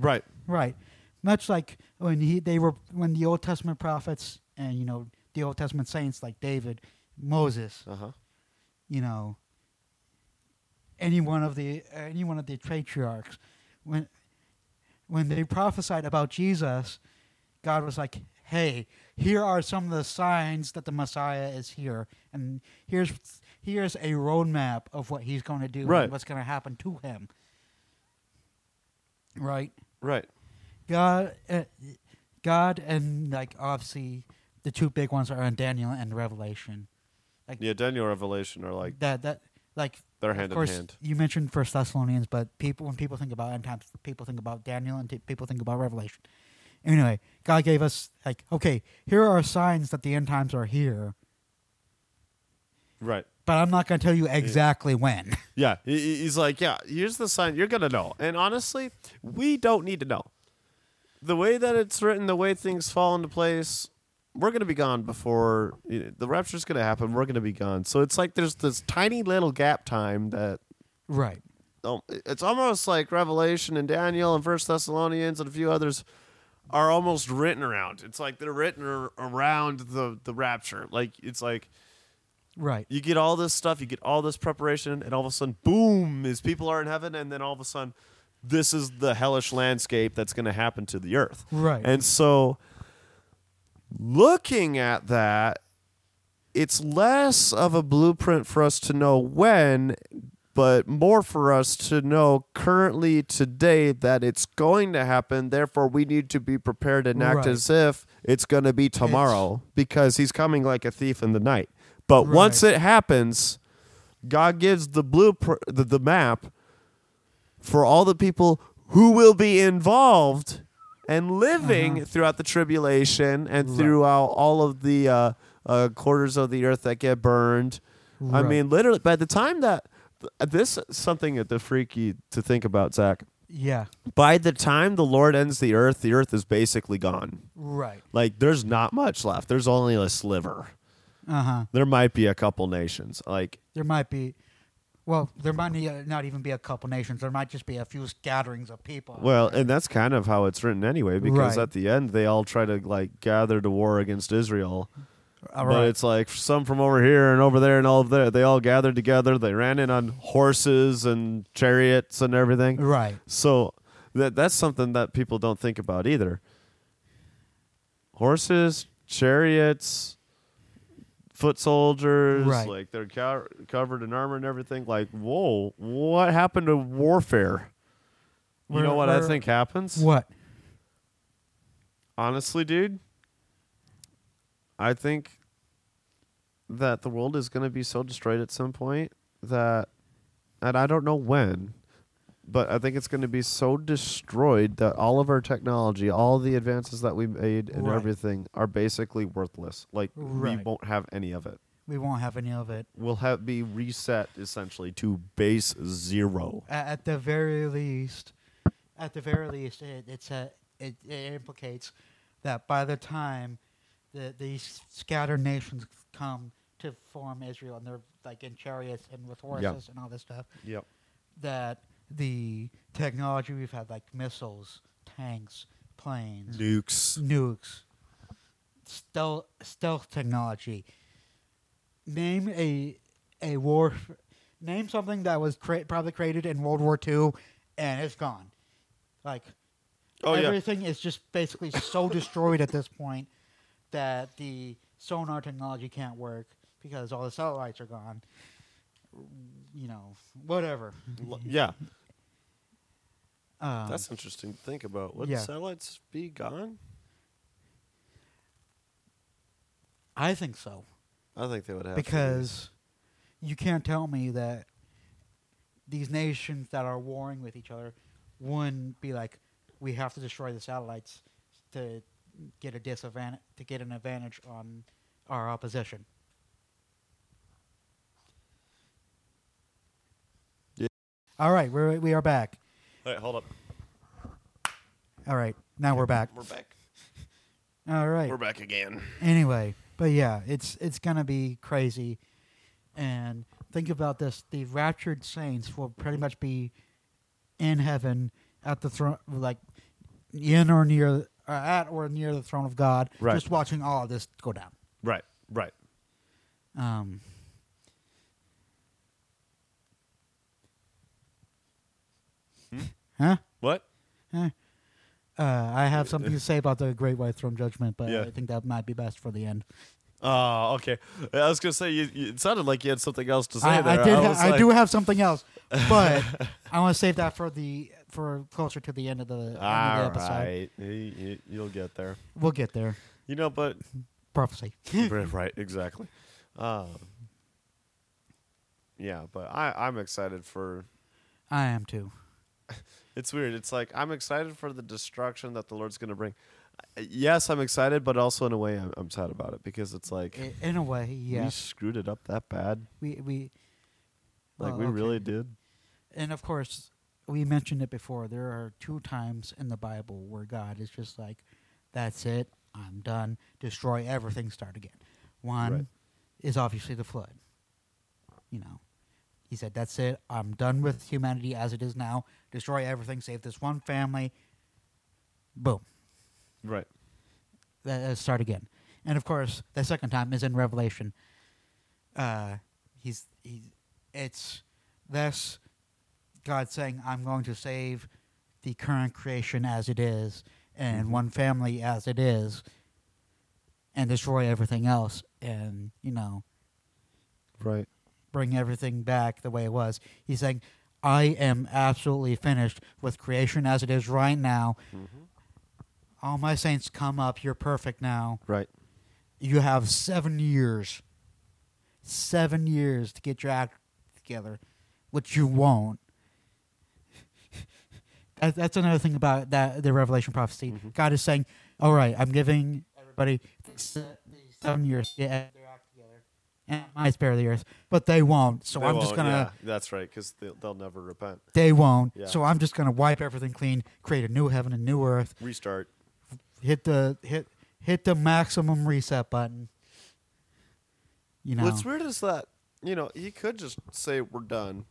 B: Right.
A: Right. Much like when he, they were when the Old Testament prophets and you know the Old Testament saints like David, Moses,
B: Uh huh.
A: you know any one of the any one of the patriarchs when when they prophesied about Jesus God was like hey here are some of the signs that the Messiah is here and here's here's a roadmap of what he's going to do
B: Right.
A: and what's going to happen to him right
B: Right.
A: God uh, God and like obviously the two big ones are in Daniel and Revelation like
B: Yeah. Daniel Revelation are like
A: that that like
B: They're
A: of
B: hand in
A: course,
B: hand.
A: You mentioned First Thessalonians, but people when people think about end times, people think about Daniel and t- people think about Revelation, Anyway, God gave us like, okay, here are signs that the end times are here,
B: Right.
A: but I'm not going to tell you exactly when.
B: Yeah. He- he- He's like, yeah, here's the sign. You're going to know. And honestly, we don't need to know. The way that it's written, the way things fall into place, we're going to be gone before you know, the rapture's going to happen. We're going to be gone. So it's like there's this tiny little gap time that
A: right.
B: um, it's almost like Revelation and Daniel and First Thessalonians and a few others are almost written around. It's like they're written ar- around the the rapture. Like it's like
A: Right.
B: you get all this stuff, you get all this preparation, and all of a sudden, boom, is people are in heaven, and then all of a sudden, this is the hellish landscape that's going to happen to the earth.
A: Right.
B: And so, looking at that, it's less of a blueprint for us to know when, but more for us to know currently today that it's going to happen. Therefore, we need to be prepared and act
A: Right.
B: as if it's going to be tomorrow because he's coming like a thief in the night. But
A: Right.
B: once it happens, God gives the blueprint, the, the map for all the people who will be involved and living
A: Uh-huh.
B: throughout the tribulation and throughout all of the uh, uh, quarters of the earth that get burned. I
A: Right.
B: mean, literally, by the time that this is something that the freaky to think about, Zach.
A: Yeah.
B: By the time the Lord ends the earth, the earth is basically gone.
A: Right.
B: Like, there's not much left. There's only a sliver.
A: Uh huh.
B: There might be a couple nations. Like,
A: There might be, well, there might ne- not even be a couple nations. There might just be a few gatherings of people.
B: Well, and that's kind of how it's written anyway, because
A: Right.
B: at the end they all try to like gather to war against Israel.
A: all
B: But
A: Uh, right.
B: it's like some from over here and over there and all of there. They all gathered together. They ran in on horses and chariots and everything.
A: right.
B: So that that's something that people don't think about either. Horses, chariots, foot soldiers,
A: Right.
B: like they're co- covered in armor and everything. Like, whoa, what happened to warfare? You
A: We're-
B: know what I
A: we're-
B: think happens?
A: What?
B: Honestly, dude, I think that the world is going to be so destroyed at some point that, and I don't know when, but I think it's going to be so destroyed that all of our technology, all the advances that we made and
A: Right.
B: everything are basically worthless. Like, we
A: Right.
B: won't have any of it.
A: We won't have any of it.
B: We'll have be reset essentially to base zero.
A: A- at the very least, at the very least, it, it's a, it, it implicates that by the time the these scattered nations come to form Israel and they're like in chariots and with horses and all this stuff,
B: Yep.
A: that the technology we've had, like missiles, tanks, planes,
B: Nukes.
A: nukes, stealth stealth technology. Name a a war. Name something that was cre- probably created in World War II, and it's gone. Like
B: Oh, yeah.
A: everything is just basically so destroyed at this point that the sonar technology can't work because all the satellites are gone. You know, whatever.
B: L- Yeah.
A: Um,
B: That's interesting to think about. Would
A: yeah.
B: satellites be gone?
A: I think so.
B: I think they would have to be.
A: because you can't tell me that these nations that are warring with each other wouldn't be like we have to destroy the satellites to get a disadvantage to get an advantage on our opposition
B: Yeah.
A: all right we're, we are back
B: All right, hold up.
A: all right now we're back
B: We're back.
A: all right
B: We're back again.
A: anyway but yeah it's it's gonna be crazy and think about this the raptured saints will pretty much be in heaven at the throne like in or near uh, at or near the throne of god
B: Right.
A: just watching all of this go down
B: Right, right.
A: um
B: Hmm?
A: huh
B: What?
A: Huh? uh, I have something to say about the Great White Throne Judgment, but
B: Yeah.
A: I think that might be best for the end.
B: Oh, okay. I was gonna say you, you- it sounded like you had something else to say
A: I,
B: there.
A: I did.
B: I
A: ha-
B: was
A: I
B: like,
A: do have something else, but I want to save that for the for closer to the end of the, end of the
B: All
A: episode.
B: right, you, will get there.
A: We'll get there.
B: You know, but
A: Prophecy.
B: right, right, exactly. Um, yeah, but I, I'm excited for.
A: I am too.
B: It's weird. It's like I'm excited for the destruction that the Lord's gonna bring. yes, I'm excited, but also in a way, I'm, I'm sad about it because it's like
A: I- In a way,
B: we
A: yes.
B: screwed it up that bad.
A: We we
B: Like
A: Well,
B: we
A: Oh, okay.
B: really did.
A: and of course we mentioned it before. There are two times in the Bible where God is just like, "That's it, I'm done. Destroy everything, start again." One
B: Right.
A: is obviously the flood. You know, he said, "That's it, I'm done with humanity as it is now. Destroy everything, save this one family." Boom.
B: Right.
A: Let- Let's uh, start again. And of course, the second time is in Revelation. Uh, he's he, it's thus God saying, "I'm going to save the current creation as it is, and one family as it is, and destroy everything else, and you know,
B: Right.
A: bring everything back the way it was." He's saying, "I am absolutely finished with creation as it is right now. All my saints, come up. You're perfect now."
B: Right.
A: you have seven years, seven years to get your act together, which you won't. that, that's another thing about that the Revelation prophecy.
B: Mm-hmm.
A: God is saying, "All right, I'm giving everybody se- seven years to get their act together, and I spare the earth, but they won't. So
B: They
A: I'm just
B: won't,
A: gonna."
B: yeah, that's right, because they'll, they'll never repent.
A: They won't.
B: Yeah.
A: So I'm just gonna wipe everything clean, create a new heaven and new earth,
B: Restart.
A: hit the hit hit the maximum reset button. You know,
B: What's weird is that you know he could just say we're done,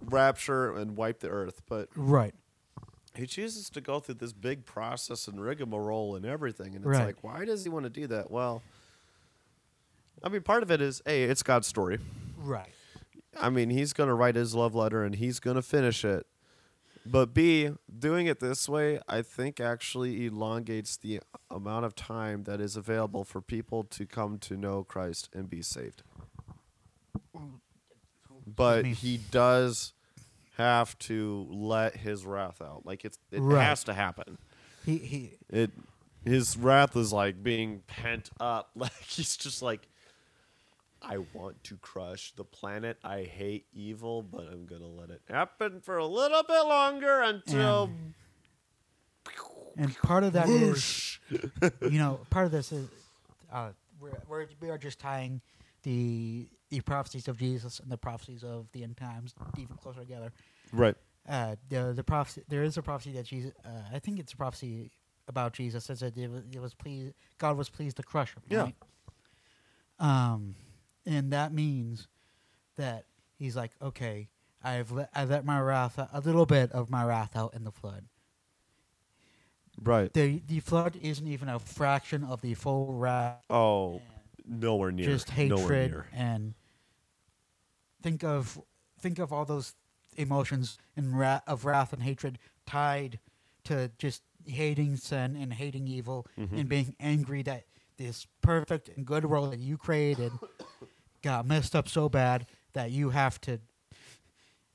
B: rapture and wipe the earth, but
A: right?
B: he chooses to go through this big process and rigmarole and everything, and it's
A: Right.
B: like why does he want to do that? Well, I mean, part of it is a it's God's story.
A: Right.
B: I mean, he's going to write his love letter and he's going to finish it. But B, doing it this way, I think actually elongates the amount of time that is available for people to come to know Christ and be saved. But
A: me.
B: he does have to let his wrath out. Like it's it
A: Right.
B: has to happen.
A: He he.
B: It his wrath is like being pent up. Like he's just like I want to crush the planet. I hate evil, but I'm gonna let it happen for a little bit longer until
A: And, and part of that is, you know, part of this is, uh, we're, we're we are just tying the the prophecies of Jesus and the prophecies of the end times even closer together.
B: right.
A: uh, the the prophecy there is a prophecy that Jesus uh, I think it's a prophecy about Jesus that said it was, it was pleased God was pleased to crush him.
B: Yeah.
A: Right? Um, and that means that he's like, okay, I've let I let my wrath out, a little bit of my wrath out in the flood.
B: Right.
A: The the flood isn't even a fraction of the full wrath
B: Oh, nowhere near.
A: just
B: Nowhere
A: hatred
B: near.
A: and think of think of all those emotions and ra- of wrath and hatred tied to just hating sin and hating evil
B: Mm-hmm.
A: and being angry that this perfect and good world that you created got messed up so bad that you have to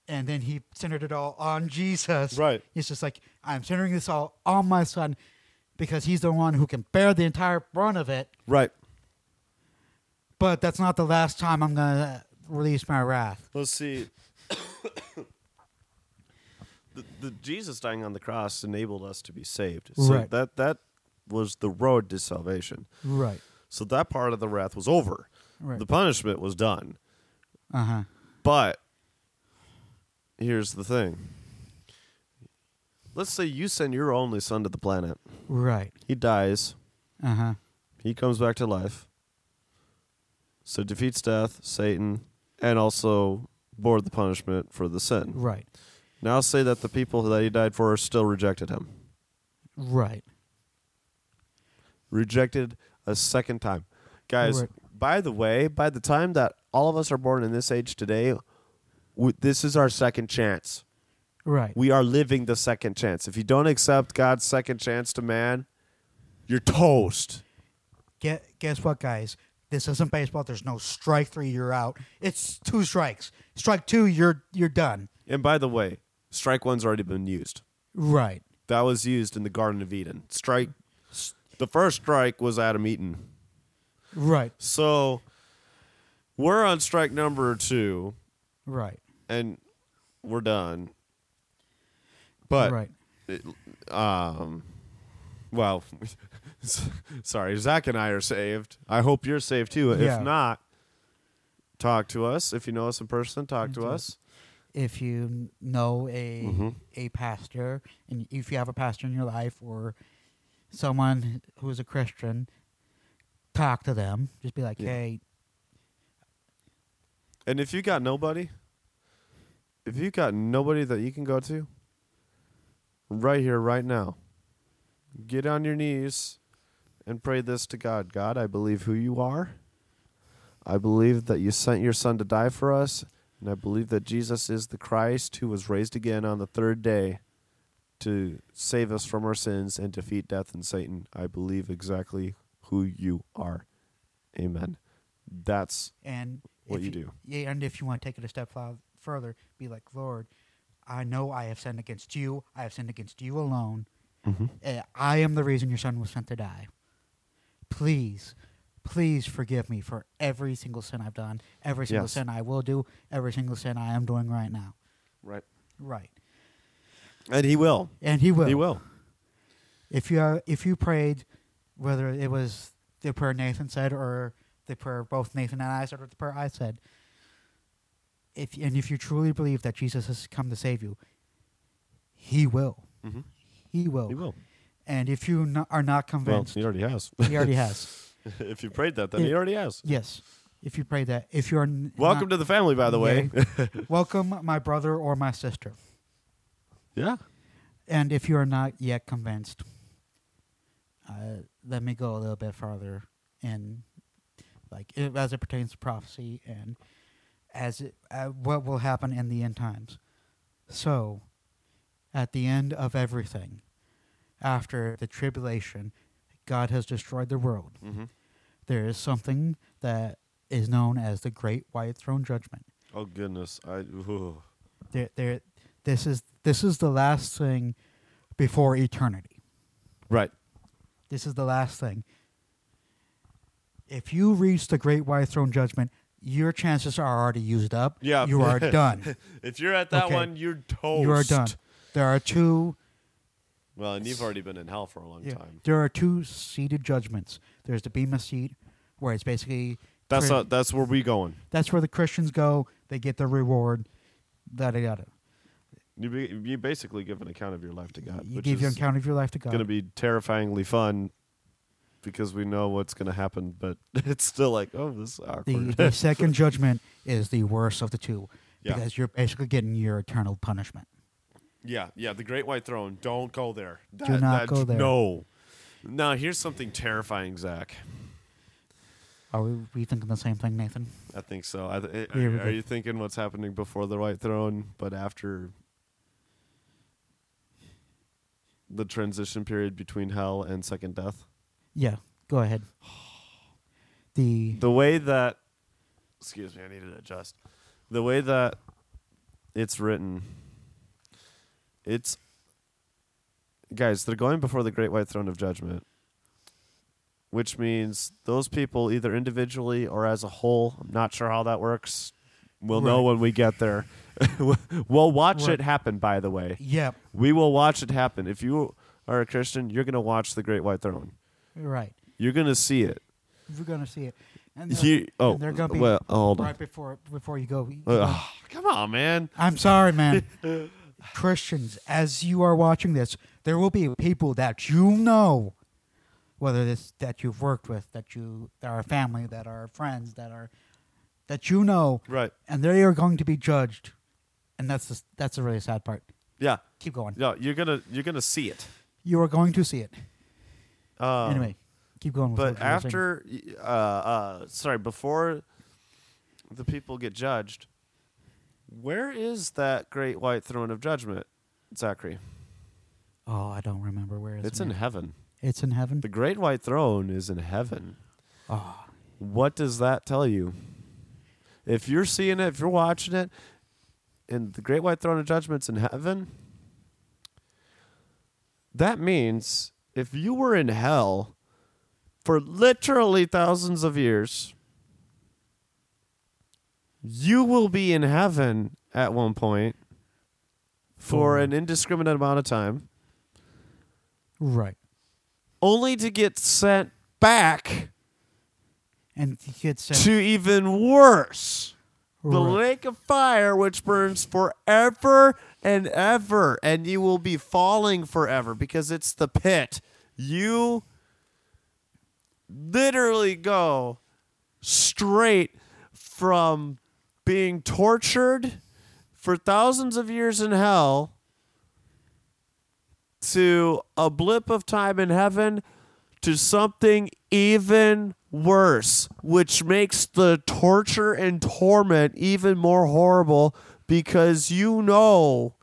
A: and then he centered it all on Jesus.
B: Right.
A: He's just like, I'm centering this all on my son because he's the one who can bear the entire brunt of it
B: Right.
A: but that's not the last time I'm gonna release my wrath.
B: Let's see. the, the Jesus dying on the cross enabled us to be saved. So
A: Right.
B: that that was the road to salvation.
A: Right.
B: So that part of the wrath was over.
A: Right.
B: The punishment was done.
A: Uh huh.
B: But here's the thing. Let's say you send your only son to the planet.
A: Right.
B: He dies.
A: Uh huh.
B: He comes back to life. So defeats death, Satan, and also bore the punishment for the sin.
A: Right.
B: Now say that the people that he died for still rejected him.
A: Right.
B: Rejected a second time. Guys,
A: Right.
B: by the way, by the time that all of us are born in this age today, w- this is our second chance.
A: Right.
B: We are living the second chance. If you don't accept God's second chance to man, you're toast.
A: Gue- guess what, guys? This isn't baseball. There's no strike three. You're out. It's two strikes. Strike two. You're you're done.
B: And by the way, strike one's already been used.
A: Right.
B: That was used in the Garden of Eden. Strike the first strike was Adam Eaton.
A: Right.
B: So we're on strike number 2
A: Right.
B: and we're done. But
A: right.
B: um well, Sorry, Zach and I are saved. I hope you're saved too. If
A: Yeah.
B: not, talk to us. If you know us in person, talk to
A: Mhm.
B: us.
A: If you n- know a
B: Mhm.
A: a pastor, and if you have a pastor in your life or someone who is a Christian, talk to them. Just be like,
B: Yeah.
A: hey,
B: And if you got nobody, if you got nobody that you can go to, right here, right now, get on your knees and pray this to God God, I believe who you are. I believe that you sent your son to die for us. And I believe that Jesus is the Christ who was raised again on the third day to save us from our sins and defeat death and Satan. I believe exactly who you are. Amen. That's
A: and
B: What
A: if
B: you do.
A: yeah, and if you want to take it a step fu- further, be like, Lord, I know I have sinned against you. I have sinned against you alone.
B: Mm-hmm.
A: Uh, I am the reason your son was sent to die. Please, please forgive me for every single sin I've done, every single
B: Yes.
A: sin I will do, every single sin I am doing right now.
B: right.
A: Right.
B: And he will.
A: And he will.
B: He will.
A: If you are, if you prayed, whether it was the prayer Nathan said or the prayer both Nathan and I said or the prayer I said, if and if you truly believe that Jesus has come to save you, he will. He will.
B: He will.
A: And if you no, are not
B: Well,
A: convinced,
B: he already has.
A: he already has.
B: if you prayed that, then he
A: Yeah.
B: already has.
A: Yes. If you pray that, if you are n-
B: Welcome to
A: not-
B: the family, by the way.
A: welcome my brother or my sister.
B: yeah.
A: And if you are not yet convinced, uh, let me go a little bit farther in, like i as it pertains to prophecy and as it, uh, what will happen in the end times. So, at the end of everything, after the tribulation, God has destroyed the world.
B: Mhm.
A: There is something that is known as the Great White Throne Judgment
B: Oh goodness. I. Ooh.
A: there there this is this is the last thing before eternity
B: Right.
A: this is the last thing if you reach the great white throne judgment your chances are already used up
B: Yeah.
A: you are done
B: If you're at that
A: Okay.
B: one, you're toast.
A: you are done there are two
B: Well, and you've already been in hell for a long
A: yeah,
B: time.
A: there are two seated judgments there's the bema seat where it's basically
B: That's
A: Chri-
B: not. That's where we going.
A: that's where the christians go they get their reward da da da da.
B: You be, you basically give an account of your life to God,
A: you
B: which
A: give your
B: is
A: account of your life to god
B: going to be terrifyingly fun because we know what's going to happen, but it's still like, oh, this is
A: the,
B: awkward.
A: the second judgment is the worst of the two
B: Yeah.
A: because you're basically getting your eternal punishment.
B: Yeah, yeah, the Great White Throne. Don't go there.
A: Do not go there.
B: No. Now, here's something terrifying, Zach.
A: Are we, we thinking the same thing, Nathan?
B: I think so. I th-
A: Here we
B: are
A: go.
B: you thinking what's happening before the White Throne, but after the transition period between hell and second death?
A: Yeah, go ahead. The,
B: The way that, excuse me, I needed to adjust. The way that it's written, it's, guys, they're going before the great white throne of judgment, which means those people, either individually or as a whole, I'm not sure how that works. We'll know
A: Right.
B: when we get there. we'll watch
A: Right.
B: it happen, by the way.
A: yeah,
B: We will watch it happen. If you are a Christian, you're going to watch the great white throne,
A: right.
B: you're going to see it.
A: We're gonna see it, and they're,
B: You, oh,
A: and they're gonna be
B: well, hold on. Uh,
A: right before before you go.
B: Ugh, come on, man.
A: I'm sorry, man. Christians, as you are watching this, there will be people that you know, whether it's that you've worked with, that you that are family, that are friends, that are that you know,
B: Right.
A: and they are going to be judged, and that's the, that's the really sad part.
B: Yeah.
A: Keep going.
B: No, you're gonna you're gonna see it.
A: You are going to see it
B: Um,
A: anyway. Keep going. With
B: but
A: what you were saying.
B: after, uh, uh, sorry, before the people get judged, where is that great white throne of judgment, Zachary?
A: oh, I don't remember where it is
B: It's in
A: now.
B: heaven.
A: it's in heaven.
B: The great white throne is in heaven.
A: oh,
B: What does that tell you? If you're seeing it, if you're watching it, and the great white throne of judgment's in heaven, that means if you were in hell for literally thousands of years, you will be in heaven at one point for
A: For-
B: an indiscriminate amount of time
A: right.
B: only to get sent back
A: And he could say,
B: to even worse. The
A: Right.
B: lake of fire, which burns forever and ever, and you will be falling forever because it's the pit. You literally go straight from being tortured for thousands of years in hell to a blip of time in heaven to something even worse, which makes the torture and torment even more horrible because you know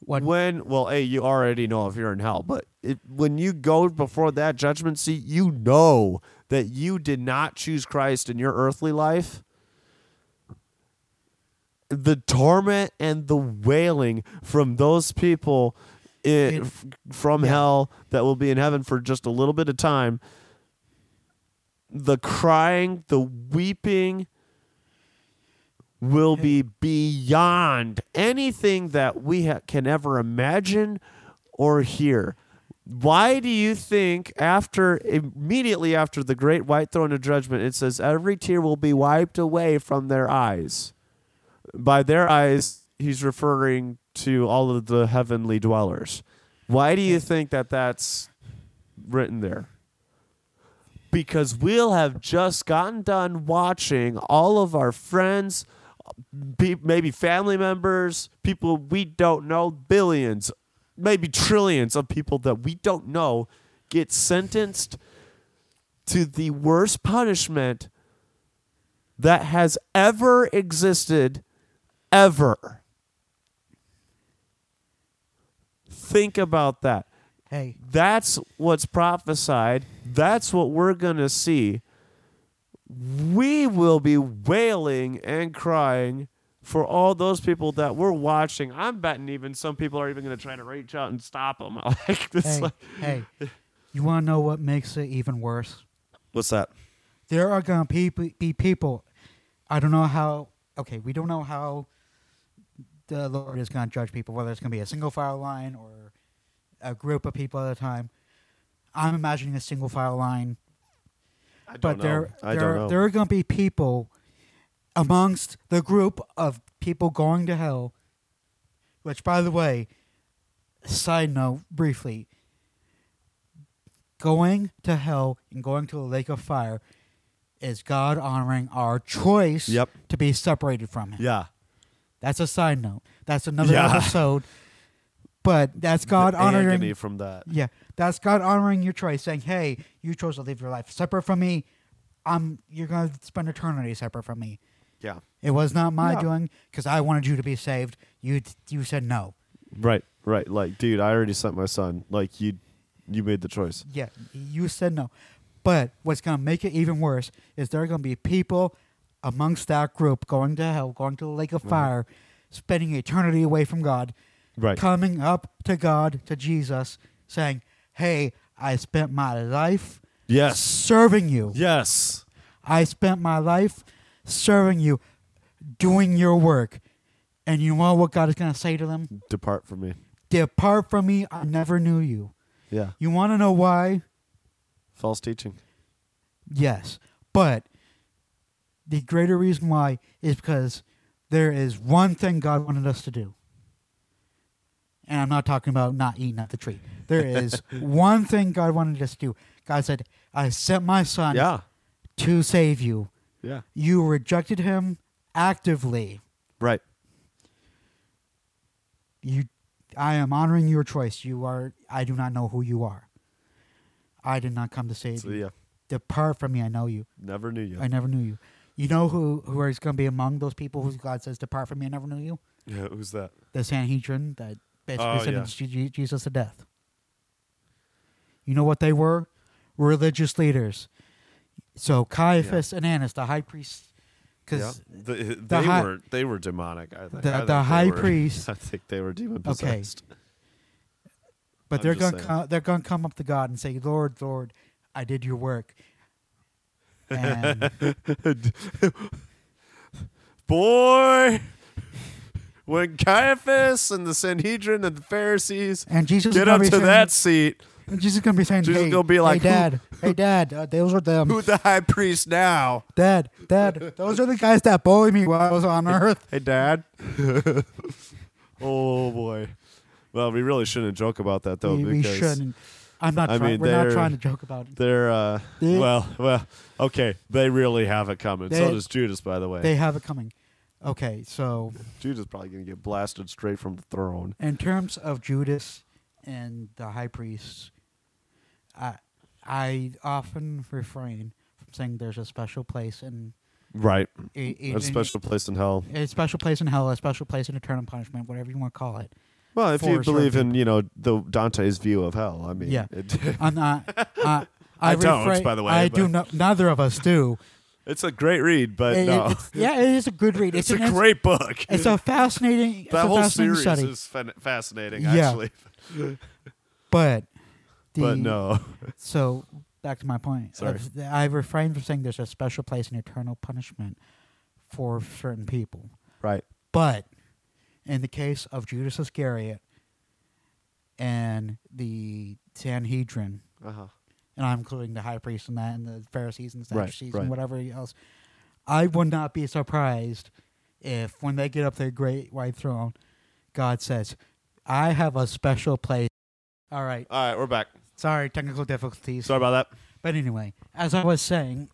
A: What-
B: when well hey you already know if you're in hell but it, when you go before that judgment seat you know that you did not choose christ in your earthly life the torment and the wailing from those people i f- from hell that will be in heaven for just a little bit of time the crying the weeping will be beyond anything that we ha- can ever imagine or hear why do you think after immediately after the great white throne of judgment it says every tear will be wiped away from their eyes by their eyes, he's referring to all of the heavenly dwellers. Why do you think that that's written there? Because we'll have just gotten done watching all of our friends, pe- maybe family members, people we don't know, billions, maybe trillions of people that we don't know get sentenced to the worst punishment that has ever existed ever. Think about that.
A: hey,
B: That's what's prophesied. That's what we're going to see. We will be wailing and crying for all those people that we're watching. I'm betting even some people are even going to try to reach out and stop them. like this.
A: hey,
B: like-
A: hey. You want to know what makes it even worse?
B: What's that?
A: there are going to pe- be people. I don't know how. Okay, we don't know how the Lord is going to judge people, whether it's going to be a single file line or a group of people at a time. I'm imagining a single file line,
B: I don't
A: but
B: know.
A: there,
B: I
A: there,
B: don't know.
A: there are going to be people amongst the group of people going to hell. Which, by the way, side note briefly, going to hell and going to the lake of fire is God honoring our choice
B: Yep.
A: to be separated from Him.
B: yeah.
A: That's a side note. That's another
B: Yeah.
A: episode. But that's God
B: The
A: honoring.
B: agony from that.
A: Yeah, that's God honoring your choice, saying, "Hey, you chose to live your life separate from me. I'm. You're gonna spend eternity separate from me.
B: Yeah.
A: It was not my
B: Yeah.
A: doing because I wanted you to be saved. You you said no.
B: Right, right. Like, dude, I already sent my son. Like, you, you made the choice.
A: Yeah, you said no. But what's going to make it even worse is there are going to be people amongst that group going to hell, going to the lake of fire, spending eternity away from God,
B: Right.
A: coming up to God, to Jesus, saying, Hey, I spent my life
B: Yes.
A: serving you.
B: Yes.
A: I spent my life serving you, doing your work. And you know what God is going to say to them?
B: Depart from me.
A: Depart from me, I never knew you.
B: Yeah.
A: You want to know why?
B: False teaching.
A: Yes, but the greater reason why is because there is one thing God wanted us to do. And I'm not talking about not eating at the tree. There is one thing God wanted us to do. God said, I sent my son
B: Yeah.
A: to save you.
B: Yeah.
A: You rejected him actively.
B: Right.
A: You I am honoring your choice. You are I do not know who you are. I did not come to save
B: So,
A: you.
B: yeah.
A: Depart from me, I know you.
B: Never knew you.
A: I never knew you. You know who who is going to be among those people who God says, "Depart from me, I never knew you."
B: Yeah. Who's that?
A: The Sanhedrin that basically
B: Oh,
A: sentenced Je- Je- Jesus to death. You know what they were? Religious leaders. So Caiaphas and Annas, the high priests, because
B: The,
A: the high-
B: They were demonic. I think.
A: The-
B: I
A: the
B: think they
A: high
B: were-
A: priest-
B: I think they were demon
A: Okay.
B: possessed.
A: but
B: I'm
A: they're
B: just
A: going to
B: saying.
A: come, they're going to come up to God and say, "Lord, Lord, I did your work." And
B: Boy, when Caiaphas and the Sanhedrin and the Pharisees
A: and Jesus is
B: get
A: gonna
B: up
A: be
B: to
A: saying-
B: that seat,
A: And Jesus is gonna be saying,
B: Jesus is
A: "Hey,
B: gonna be like,
A: hey,
B: who-
A: Dad, hey, Dad, uh, those are them.
B: Who the high priest now?
A: Dad, Dad, those are the guys that bullied me while I was on Earth."
B: Hey, Dad. oh boy. Well, we really shouldn't joke about that though,
A: we, we
B: because
A: shouldn't. I'm not.
B: I
A: trying
B: mean,
A: we're not
B: they're-
A: trying to joke about it.
B: they're uh,
A: They-
B: well, well, okay. They really have it coming. so
A: They-
B: does Judas, by the way.
A: They have it coming. Okay, so
B: Judas probably gonna get blasted straight from the throne.
A: in terms of Judas and the high priests, I I often refrain from saying there's a special place in
B: Right.
A: a, a-
B: A special place in hell.
A: a special place in hell, a special place in eternal punishment, whatever you want to call it.
B: Well, if you
A: for certain
B: believe in you know the Dante's view of hell, I mean,
A: Yeah.
B: it-
A: I'm not. I, I,
B: I don't,
A: refrain-
B: by the way,
A: I do
B: but-
A: not. Neither of us do.
B: it's a great read, but
A: It- it-
B: no,
A: it's- yeah, it is a good read.
B: it's,
A: It's,
B: a
A: an, it's-
B: great book.
A: It's a fascinating. it's
B: that
A: a
B: whole
A: fascinating
B: series
A: study.
B: is fan- fascinating,
A: Yeah.
B: actually.
A: but the,
B: but no,
A: So back to my point.
B: Sorry.
A: Of the- I refrain from saying there's a special place in eternal punishment for certain people,
B: right?
A: but in the case of Judas Iscariot and the Sanhedrin,
B: Uh huh.
A: and I'm including the high priest in that, and the Pharisees and the
B: Right,
A: Sadducees
B: right.
A: and whatever else. I would not be surprised if, when they get up their great white throne, God says, "I have a special place." All right,
B: All right, we're back.
A: sorry, technical difficulties.
B: Sorry about that.
A: But anyway, as I was saying,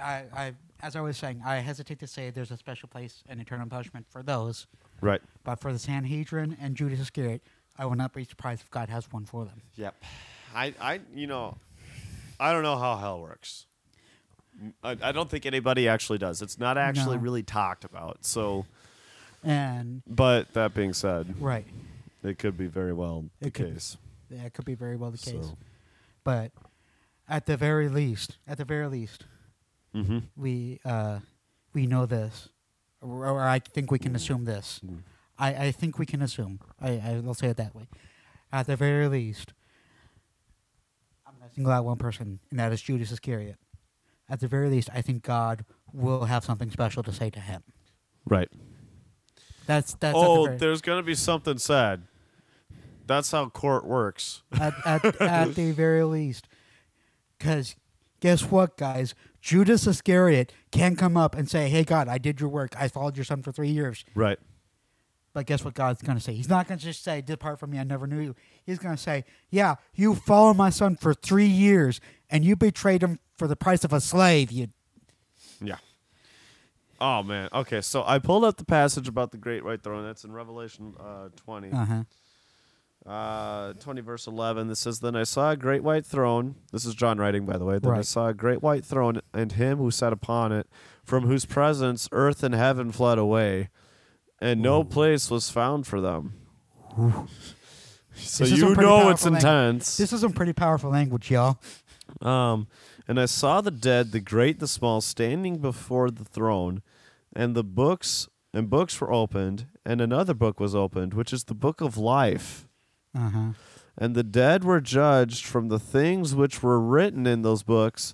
A: I, I as I was saying, I hesitate to say there's a special place and eternal punishment for those,
B: Right.
A: but for the Sanhedrin and Judas Iscariot, I will not be surprised if God has one for them.
B: Yep. I, I, you know, I don't know how hell works. I, I don't think anybody actually does. It's not actually
A: No.
B: really talked about. So,
A: And
B: but that being said,
A: right,
B: it could be very well the
A: It could be.
B: case.
A: that could be very well the case.
B: So.
A: But at the very least, at the very least,
B: Mm-hmm.
A: we uh, we know this, or, or I think we can assume this.
B: Mm-hmm.
A: I, I think we can assume. I, I will say it that way. At the very least, I'm going to single out one person, and that is Judas Iscariot. At the very least, I think God will have something special to say to him.
B: Right.
A: That's that's
B: oh,
A: at the, very,
B: there's gonna be something said. That's how court works.
A: at, at, at the very least, because guess what, guys? Judas Iscariot can come up and say, "Hey, God, I did your work. I followed your son for three years.
B: Right.
A: But guess what God's going to say? He's not going to just say, Depart from me, I never knew you. He's going to say, Yeah, you followed my son for three years and you betrayed him for the price of a slave. You
B: Yeah. Oh man. Okay. So I pulled up the passage about the great white throne. That's in Revelation uh, 20.
A: uh-huh.
B: Uh, 20 verse 11 this says then i saw a great white throne this is john writing by the way then i
A: Right.
B: saw a great white throne and him who sat upon it from whose presence earth and heaven fled away and no place was found for them so
A: This is some
B: you
A: pretty
B: know it's
A: powerful language.
B: intense
A: This is some pretty powerful language, y'all.
B: um, and I saw the dead, the great, the small, standing before the throne, and the books and books were opened, and another book was opened, which is the book of life.
A: Uh-huh.
B: And the dead were judged from the things which were written in those books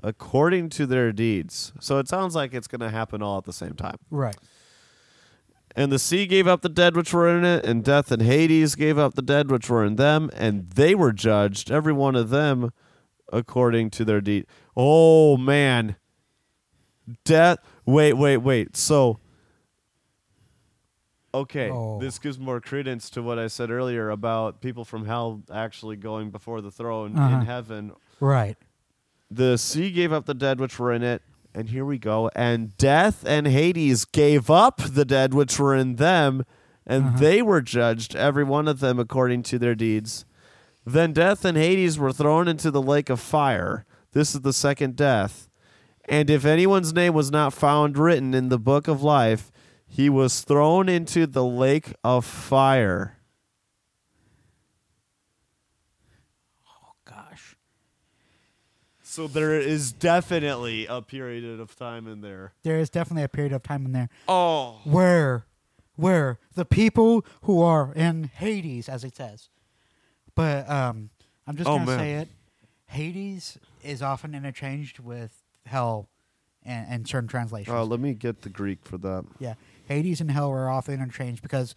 B: according to their deeds. So it sounds like it's going to happen all at the same time.
A: Right.
B: And the sea gave up the dead which were in it, and death and Hades gave up the dead which were in them, and they were judged, every one of them, according to their deed. Oh man. Death wait, wait, wait. So Okay,
A: Oh.
B: this gives more credence to what I said earlier about people from hell actually going before the throne
A: Uh-huh.
B: in heaven.
A: Right.
B: The sea gave up the dead which were in it, and here we go. And death and Hades gave up the dead which were in them, and they were judged, every one of them according to their deeds. Then death and Hades were thrown into the lake of fire. This is the second death. And if anyone's name was not found written in the book of life, he was thrown into the lake of fire.
A: Gosh.
B: So there is definitely a period of time in there.
A: There is definitely a period of time in there
B: Oh.
A: where where the people who are in Hades, as it says. But um, I'm just
B: Oh,
A: gonna
B: man.
A: say it. Hades is often interchanged with hell, and, and certain
B: Oh.
A: translations.
B: Uh, let me get the Greek for that.
A: yeah, Hades and hell are often interchanged because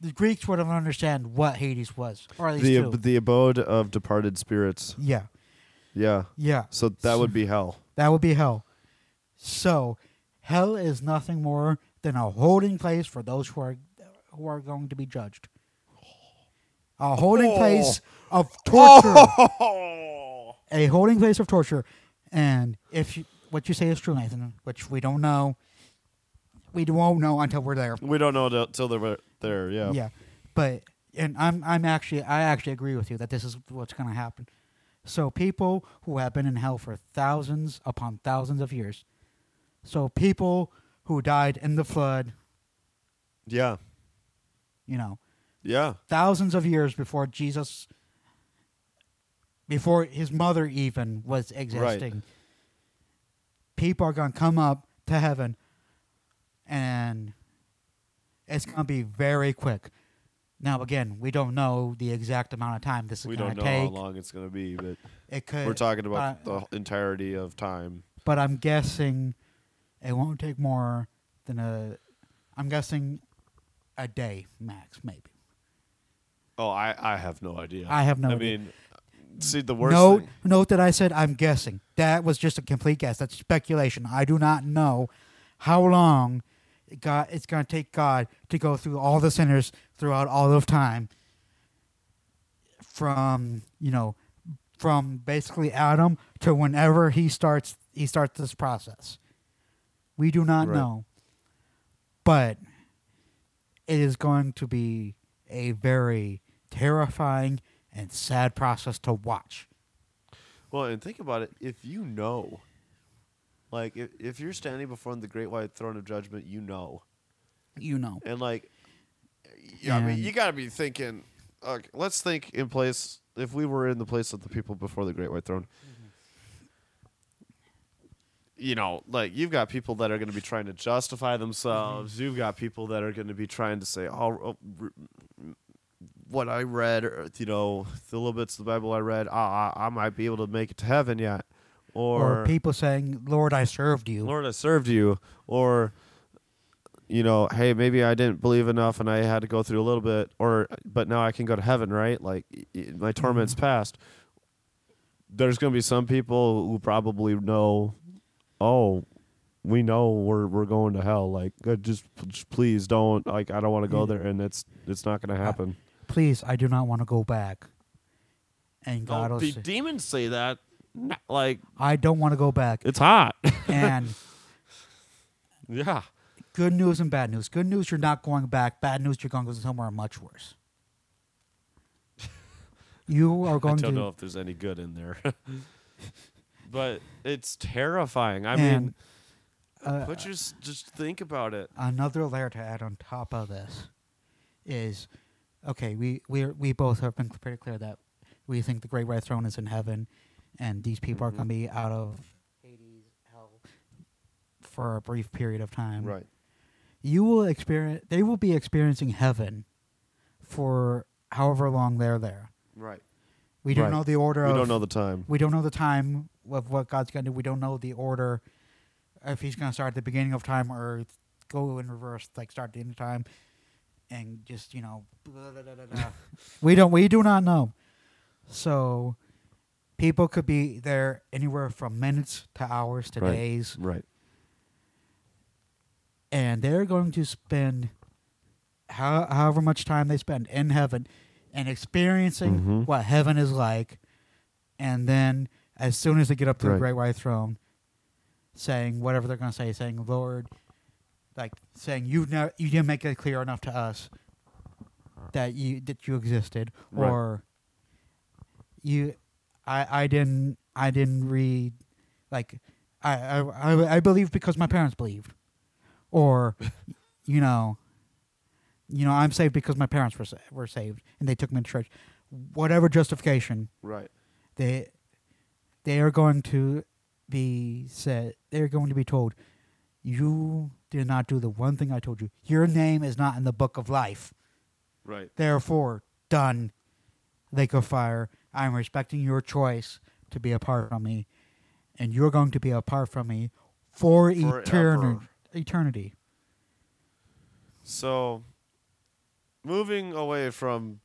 A: the Greeks would have understand what Hades was, or at least
B: The
A: two.
B: ab- the abode of departed spirits.
A: yeah,
B: Yeah.
A: yeah.
B: So that would be hell.
A: That would be hell. So, hell is nothing more than a holding place for those who are who are going to be judged. A holding
B: Oh.
A: place of torture.
B: Oh.
A: A holding place of torture. And if you, what you say is true, Nathan, which we don't know, we won't know until we're there.
B: We don't know till- till they're there. Yeah.
A: Yeah, but and I'm I'm actually I actually agree with you that this is what's going to happen. So people who have been in hell for thousands upon thousands of years, so people who died in the flood,
B: Yeah.
A: you know,
B: Yeah.
A: thousands of years before Jesus, before his mother even was existing, people are going to come up to heaven and it's going to be very quick. Now, again, we don't know the exact amount of time this is
B: We
A: going
B: don't
A: to
B: know
A: take. Uh,
B: how long it's going to be, but
A: It could,
B: we're talking about
A: but,
B: the entirety of time.
A: but I'm guessing it won't take more than a. I'm guessing a day max, maybe.
B: Oh, I, I have no idea.
A: I have no
B: I
A: idea.
B: mean, see, the worst
A: note,
B: thing.
A: note that I said I'm guessing. That was just a complete guess. That's speculation. I do not know how long it got, it's going to take God to go through all the sinners throughout all of time. From you know, from basically Adam to whenever he starts he starts this process. We do not
B: Right.
A: know, but it is going to be a very terrifying and sad process to watch.
B: Well, and think about it. If you know, like, if, if you're standing before the great white throne of judgment, you know.
A: You know.
B: And, like, yeah, I mean,
A: And-
B: you got to be thinking, okay, let's think in place, if we were in the place of the people before the great white throne. You know, like you've got people that are going to be trying to justify themselves. You've got people that are going to be trying to say, "Oh, oh, r- what I read, or, you know, the little bits of the Bible I read, ah, I, I might be able to make it to heaven yet. Or,
A: Or, people saying, Lord, I served you.
B: Lord, I served you. Or, you know, hey, maybe I didn't believe enough and I had to go through a little bit, or, but now I can go to heaven, right? Like, y- y- my
A: Mm-hmm.
B: torment's past. There's going to be some people who probably know, oh, we know we're we're going to hell. Like, uh, just, just please don't. Like, I don't want to go there, and it's it's not going to happen.
A: Please, I do not want to go back. And God will say,
B: demons say that. Like,
A: I don't want to go back.
B: it's hot.
A: and
B: yeah.
A: good news and bad news. Good news, you're not going back. Bad news, you're going to go somewhere much worse. You are
B: I
A: going to.
B: don't know if there's any good in there. but it's terrifying. I
A: and
B: mean, but just just think about it.
A: another layer to add on top of this is okay, we, we, we both have been pretty clear that we think the Great White Throne is in heaven and these people
B: Mm-hmm.
A: are going to be out of Hades, hell, for a brief period of time.
B: Right.
A: you will experience they will be experiencing heaven for however long they're there.
B: Right.
A: We don't
B: Right.
A: know the order
B: We
A: of
B: don't know the time.
A: we don't know the time of what God's gonna do. We don't know the order if he's gonna start at the beginning of time or go in reverse, like start at the end of time and just, you know blah, blah, blah, blah, blah. We don't we do not know. So people could be there anywhere from minutes to hours to
B: Right.
A: days.
B: Right.
A: and they're going to spend how, however much time they spend in heaven and experiencing
B: Mhm.
A: what heaven is like and then as soon as they get up to the
B: Right.
A: great white throne saying whatever they're going to say saying lord like saying you never you didn't make it clear enough to us that you that you existed
B: Right.
A: or you i i didn't i didn't read like i i i, I believed because my parents believed or you know you know i'm saved because my parents were sa- were saved and they took me to church whatever justification
B: Right.
A: they they are going to be said they're going to be told you did not do the one thing i told you your name is not in the book of life
B: Right.
A: therefore done lake of fire i'm respecting your choice to be apart from me and you're going to be apart from me for eternity
B: Forever.
A: eternity
B: So moving away from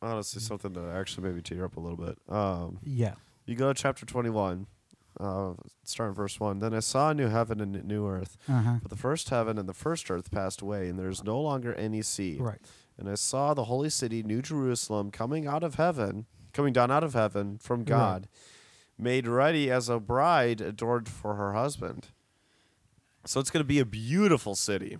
B: honestly something that actually made me tear up a little bit. Um,
A: Yeah.
B: you go to chapter 21, uh, starting verse 1. Then I saw a new heaven and a new earth.
A: Uh-huh.
B: But the first heaven and the first earth passed away, and there is no longer any sea.
A: Right.
B: And I saw the holy city, New Jerusalem, coming out of heaven, coming down out of heaven from God, made ready as a bride adorned for her husband. So it's going to be a beautiful city.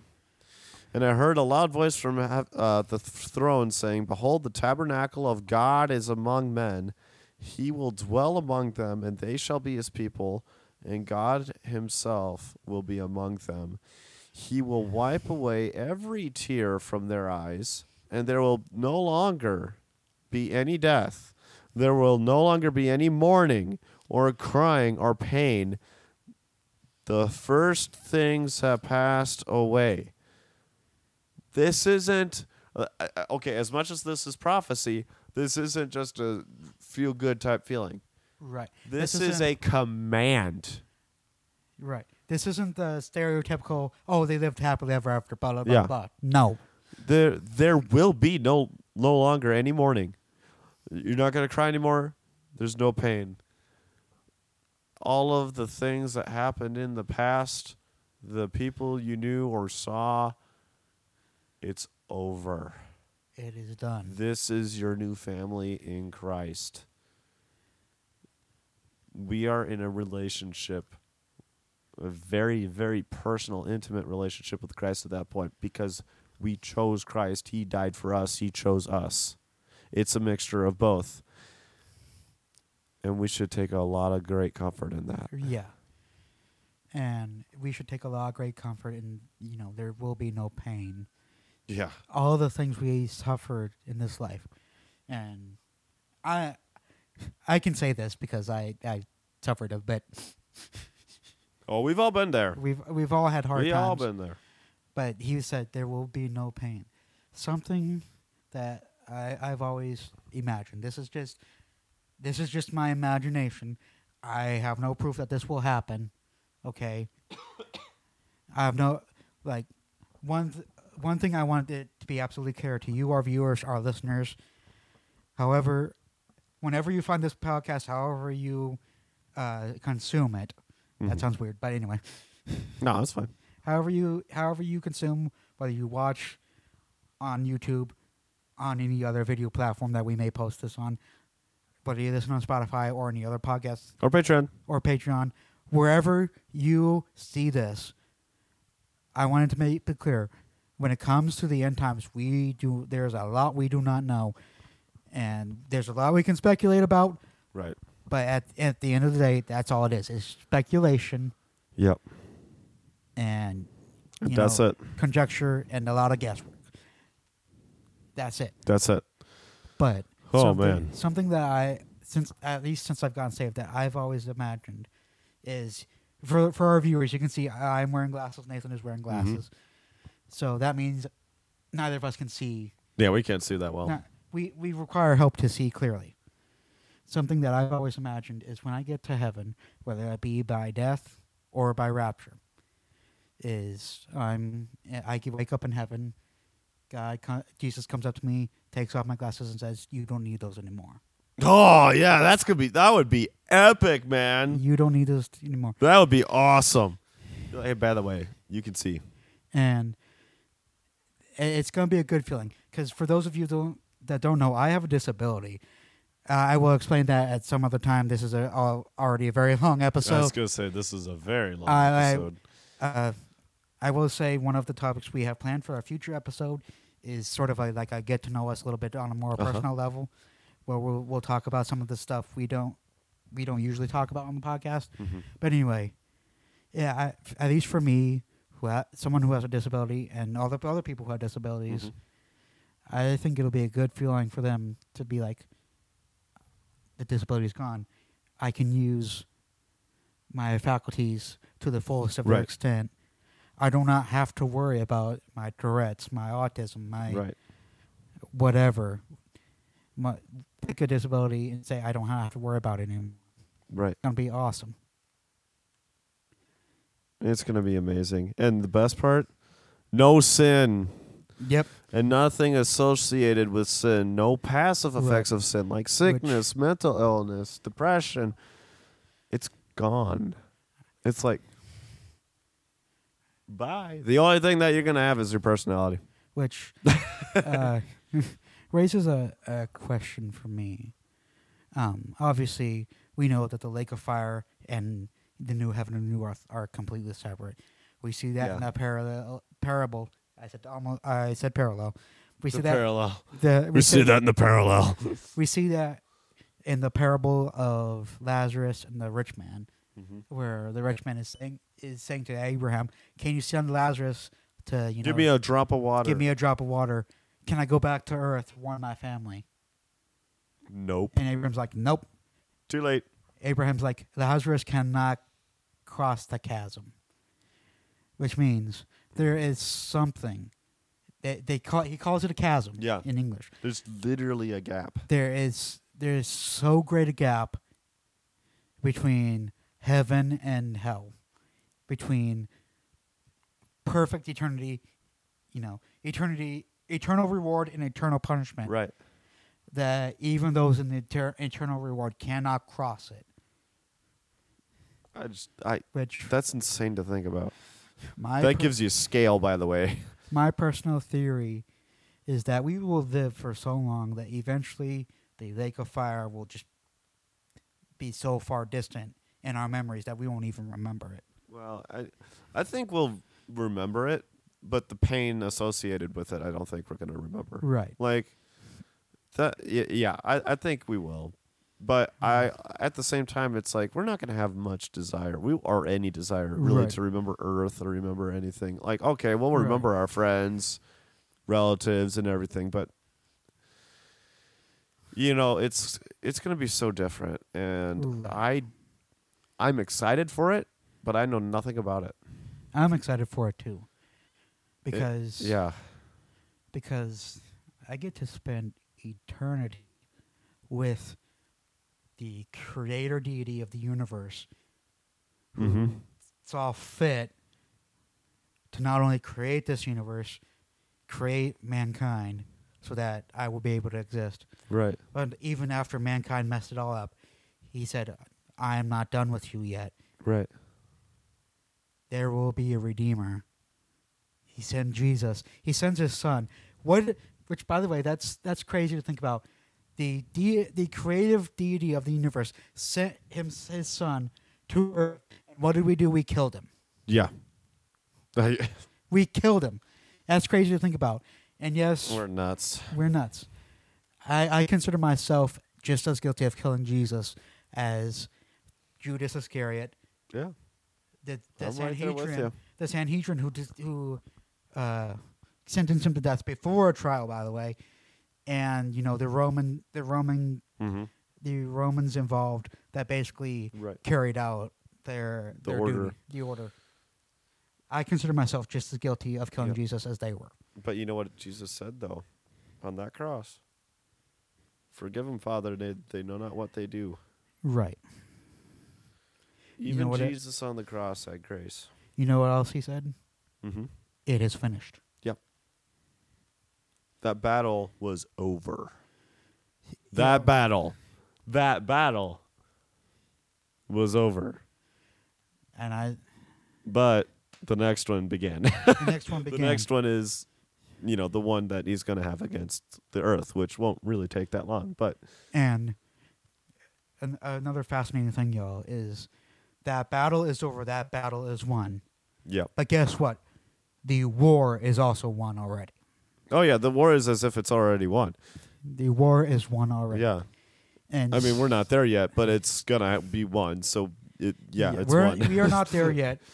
B: And I heard a loud voice from hev- uh, the th- throne saying, Behold, the tabernacle of God is among men. He will dwell among them, and they shall be his people, and God himself will be among them. He will wipe away every tear from their eyes, and there will no longer be any death. There will no longer be any mourning, or crying, or pain. The first things have passed away this isn't uh, I- I- okay as much as this is prophecy this isn't just a feel good type feeling
A: Right.
B: this, is a command
A: right. This isn't the stereotypical. Oh, they lived happily ever after. Blah blah blah.
B: Yeah.
A: blah. No.
B: there there will be no no longer any mourning you're not going to cry anymore there's no pain all of the things that happened in the past the people you knew or saw it's over
A: It is done.
B: This is your new family in Christ. We are in a relationship, a very, very personal, intimate relationship with Christ at that point because we chose Christ. He died for us, He chose us. It's a mixture of both. And we should take a lot of great comfort in that.
A: Yeah. And we should take a lot of great comfort in you know there will be no pain.
B: Yeah.
A: all the things we suffered in this life, and I, I can say this because I I suffered a bit.
B: Oh, we've all been there.
A: We've we've all had hard
B: We've
A: times,
B: all been there.
A: but he said there will be no pain. Something that I I've always imagined. This is just this is just my imagination. I have no proof that this will happen. Okay. I have no like one th- one thing I want it to be absolutely clear to you, our viewers, our listeners. However, whenever you find this podcast, however you uh, consume it, that
B: Mhm.
A: sounds weird, but anyway,
B: No, that's fine.
A: however you however you consume, whether you watch on YouTube, on any other video platform that we may post this on, whether you listen on Spotify or any other podcast
B: Or Patreon.
A: or Patreon, wherever you see this, I wanted to make it clear. When it comes to the end times, we do there's a lot we do not know. And there's a lot we can speculate about,
B: Right.
A: but at at the end of the day, that's all it is. It's speculation
B: Yep.
A: and you
B: That's
A: know,
B: it.
A: Conjecture and a lot of guesswork. That's it.
B: That's it.
A: But
B: Oh,
A: something,
B: man.
A: something that I since at least since I've gotten saved that I've always imagined is for for our viewers you can see I- I'm wearing glasses Nathan is wearing
B: Mm-hmm.
A: glasses, so that means neither of us can see.
B: Yeah, we can't see that well.
A: not- we we require help to see clearly. Something that I've always imagined is when I get to heaven, whether that be by death or by rapture, is I'm I can wake up in heaven. God, co- Jesus comes up to me, takes off my glasses, and says, "You don't need those anymore.
B: Oh yeah, that's gonna be that would be epic, man.
A: You don't need those t- anymore."
B: That would be awesome. Hey, by the way, you can see.
A: And i- it's gonna be a good feeling because for those of you don't, that don't know, I have a disability. Uh, I will explain that at some other time. This is a, al- already a very long episode.
B: gonna say this is a very long
A: I- I- uh, I will say one of the topics we have planned for our future episode is sort of a, like a get to know us a little bit on a more
B: Uh-huh.
A: personal level, where we'll we'll talk about some of the stuff we don't we don't usually talk about on the podcast.
B: Mm-hmm.
A: But anyway, yeah, I, f- at least for me, who ha- someone who has a disability and all the p- other people who have disabilities,
B: Mm-hmm.
A: I think it'll be a good feeling for them to be like, the disability is gone. I can use my faculties to the fullest of their
B: Right.
A: extent. I do not have to worry about my Tourette's, my autism, my
B: Right.
A: whatever. My, pick a disability and say, I don't have to worry about it anymore.
B: Right.
A: It's going to be awesome.
B: It's gonna be amazing. And the best part, no sin.
A: Yep.
B: and nothing associated with sin, no passive
A: Right.
B: effects of sin like sickness, mental illness, depression. It's gone. It's like bye. The only thing that you're gonna have is your personality.
A: Which uh, raises a, a question for me. Um, obviously, we know that the lake of fire and the new heaven and new earth are completely separate. We see that in
B: Yeah.
A: the parallel parable. I said almost. I said parallel. We see that.
B: parallel.
A: The,
B: We see that in the parallel.
A: we see that in the parable of Lazarus and the rich man,
B: Mm-hmm.
A: where the rich man is saying is saying to Abraham, "Can you send Lazarus to you
B: Give
A: know
B: me a drop of water.
A: give me a drop of water? Can I go back to Earth, warn my family?"
B: nope.
A: And Abraham's like, "Nope."
B: Too late.
A: Abraham's like, "Lazarus cannot cross the chasm," which means there is something. They, they call he calls it a chasm.
B: Yeah.
A: in English.
B: There's literally a gap.
A: there is there is so great a gap between heaven and hell, between perfect eternity, you know, eternity, eternal reward and eternal punishment.
B: Right.
A: That even those in the ter- eternal reward cannot cross it.
B: I just I
A: Which
B: that's insane to think about.
A: my
B: that
A: per-
B: gives you scale, by the way.
A: my personal theory is that we will live for so long that eventually the lake of fire will just be so far distant in our memories that we won't even remember it.
B: Well, I, I think we'll remember it, but the pain associated with it, I don't think we're gonna remember.
A: Right.
B: Like that, y- yeah. I, I think we will, but I at the same time, it's like we're not gonna have much desire. We or any desire really
A: Right.
B: to remember Earth or remember anything. Like okay, we'll
A: Right.
B: remember our friends, relatives, and everything, but you know, it's it's gonna be so different, and
A: Right.
B: I. I'm excited for it, but I know nothing about it.
A: I'm excited for it too. Because
B: Yeah.
A: because I get to spend eternity with the creator deity of the universe who
B: Mm-hmm.
A: saw fit to not only create this universe, create mankind so that I will be able to exist.
B: Right.
A: But even after mankind messed it all up, he said, I am not done with you yet.
B: Right.
A: There will be a redeemer. He sent Jesus. He sends his son. What which by the way, that's that's crazy to think about. The de- the creative deity of the universe sent him his son to earth. And what did we do? We killed him.
B: Yeah. I,
A: We killed him. That's crazy to think about. And yes, we're,
B: we're nuts.
A: nuts. I, I consider myself just as guilty of killing Jesus as Judas Iscariot,
B: Yeah.
A: the, the
B: I'm right there with
A: Sanhedrin,
B: you.
A: the Sanhedrin who dis- who uh, sentenced him to death before a trial, by the way, and you know the Roman the Roman
B: Mm-hmm.
A: the Romans involved that basically
B: Right.
A: carried out their
B: The
A: their
B: order.
A: duty, the order. I consider myself just as guilty of killing
B: Yeah.
A: Jesus as they were.
B: But you know what Jesus said though, on that cross. Forgive them, Father. They they know not what they do.
A: Right. You
B: Even
A: know what it-
B: Jesus on the cross had grace.
A: You know what else he said?
B: Mm-hmm.
A: It is finished.
B: Yep. That battle was over. That battle, that battle was over.
A: And I
B: But the next one began.
A: the next one
B: the
A: began.
B: next one is you know the one that he's going to have against the earth which won't really take that long but
A: And an, another fascinating thing, y'all, is that battle is over. That battle is won.
B: yeah
A: But guess what? The war is also won already.
B: oh yeah the war is as if it's already won
A: The war is won already.
B: yeah
A: And
B: i mean we're not there yet but it's going to be won so it, yeah, it's
A: we're,
B: won
A: we are not there yet.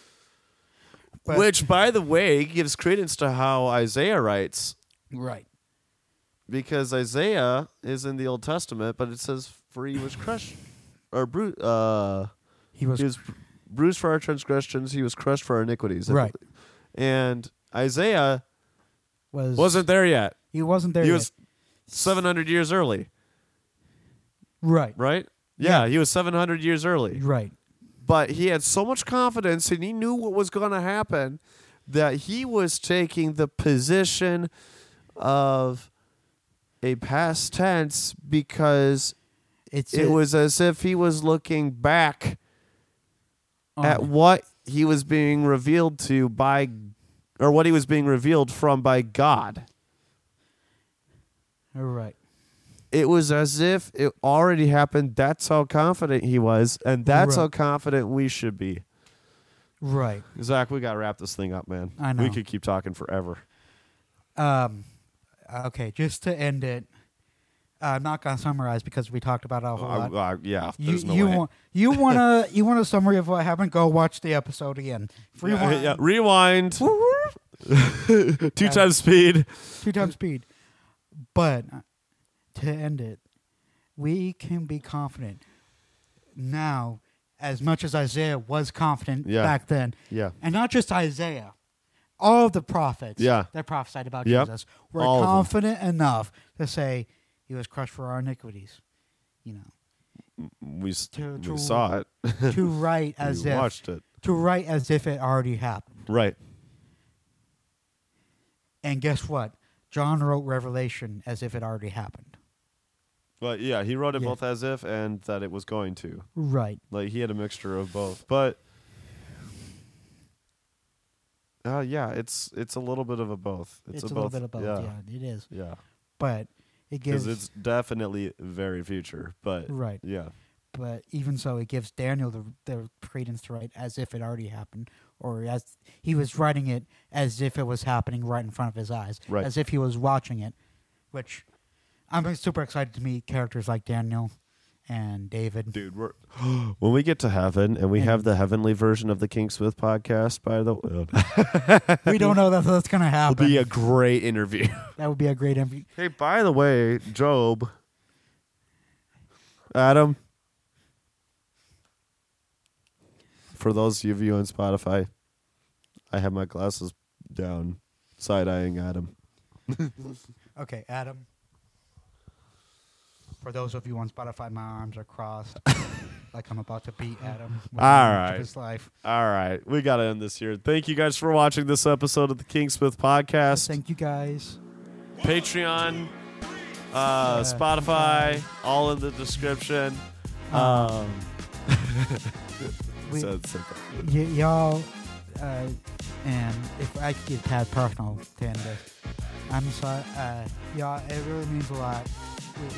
A: But-
B: which by the way gives credence to how isaiah writes
A: right.
B: because isaiah is in the old testament but it says for he was crushed or bru- uh
A: He was
B: he was bruised for our transgressions he was crushed for our iniquities
A: Right.
B: and isaiah
A: was
B: wasn't there yet
A: he wasn't there
B: he
A: yet.
B: was 700 years early,
A: right.
B: right? Yeah, he was 700 years early.
A: Right.
B: But he had so much confidence and he knew what was going to happen that he was taking the position of a past tense because
A: It's
B: it was as if he was looking back
A: oh,
B: at what he was being revealed to by or what he was being revealed from by God.
A: all right.
B: It was as if it already happened. That's how confident he was, and that's
A: Right.
B: how confident we should be.
A: Right.
B: Zach, we gotta wrap this thing up, man.
A: I
B: We
A: know.
B: could keep talking forever.
A: Um, okay, just to end it, uh, I'm not gonna summarize because we talked about it a whole
B: Oh, I-
A: lot.
B: I- yeah,
A: you
B: there's no
A: you
B: way.
A: want you want a you want a summary of what happened? Go watch the episode again. Free
B: Yeah,
A: one,
B: yeah, rewind. Two times speed.
A: two times speed. But uh, to end it, we can be confident now as much as Isaiah was confident
B: Yeah.
A: back then.
B: Yeah.
A: And not just Isaiah, all of the prophets
B: Yeah.
A: that prophesied about
B: Yep.
A: Jesus were
B: All of them.
A: confident enough to say he was crushed for our iniquities. You know,
B: We, s-
A: To-
B: we
A: to-
B: saw it.
A: to write as
B: we
A: if
B: watched it.
A: to write as if it already happened.
B: Right.
A: And guess what? John wrote Revelation as if it already happened.
B: But yeah, he wrote it
A: Yeah.
B: both as if and that it was going to.
A: Right.
B: Like he had a mixture of both. But uh, yeah, it's it's a little bit of a both. It's,
A: It's,
B: a,
A: a little
B: both.
A: bit about
B: Yeah.
A: yeah, it is.
B: Yeah.
A: But it
B: Because
A: gives
B: it's definitely very future. But
A: Right.
B: Yeah.
A: but even so, it gives Daniel the, the credence to write as if it already happened, or as he was writing it as if it was happening right in front of his eyes,
B: Right.
A: as if he was watching it. Which I'm super excited to meet characters like Daniel and David.
B: Dude, we're when we get to heaven and we
A: And-
B: have the heavenly version of the King Smith podcast, by the way,
A: We don't know that that's gonna
B: it'll
A: happen.
B: be a great interview.
A: that would be a great interview.
B: Hey, by the way, Job, Adam, for those of you on Spotify, I have my glasses down, side eyeing Adam.
A: Okay, Adam. For those of you on Spotify, my arms are crossed, like I'm about to beat Adam. with the
B: All
A: rest of
B: right.
A: his life.
B: All right, we got to end this here. Thank you guys for watching this episode of the Kingsmith Podcast.
A: Thank you guys.
B: Patreon, uh, Spotify, all in the description. Um,
A: We-
B: so- so-
A: y- y'all, uh, and if I could get Tad personal to end this, I'm sorry, uh, y'all, it really means a lot.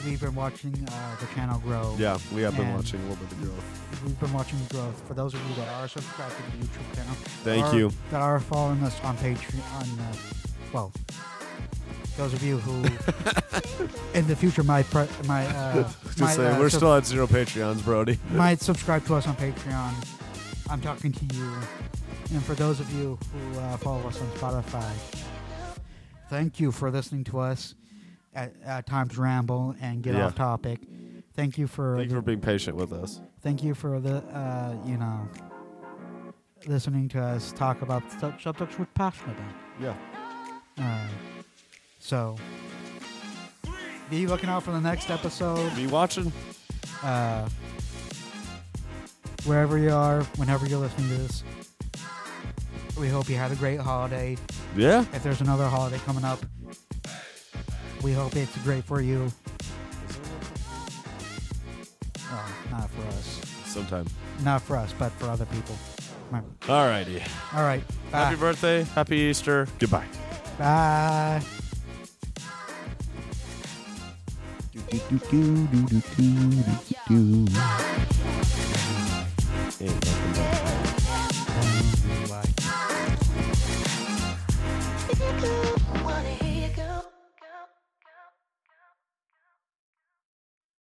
A: We, we've been watching uh, the channel grow.
B: yeah, we have been
A: And-
B: watching a little bit of growth.
A: We've been watching growth. For those of you that are subscribed to the YouTube channel, that
B: Thank
A: are-
B: you.
A: That are following us on Patreon, on, uh, well, those of you who, in the future, might, pre- might, uh,
B: Just
A: might,
B: saying,
A: uh,
B: we're
A: sub-
B: still at zero Patreons, Brody.
A: might subscribe to us on Patreon. I'm talking to you. And for those of you who uh, follow us on Spotify, thank you for listening to us at, at times ramble and get
B: Yeah.
A: off topic. Thank you for
B: Thank you for
A: the,
B: being patient with us.
A: thank you for the uh, you know listening to us talk about su- subjects we're passionate about.
B: Yeah.
A: Uh, so be looking out for the next episode.
B: Be watching.
A: uh, wherever you are, whenever you're listening to this, we hope you had a great holiday.
B: Yeah.
A: If there's another holiday coming up, we hope it's great for you. Well, Oh, not for us.
B: Sometime.
A: Not for us, but for other people. All
B: Alrighty.
A: right.
B: Happy
A: Bye.
B: birthday. Happy Easter. Goodbye.
A: Bye.
C: do do do do do do do do.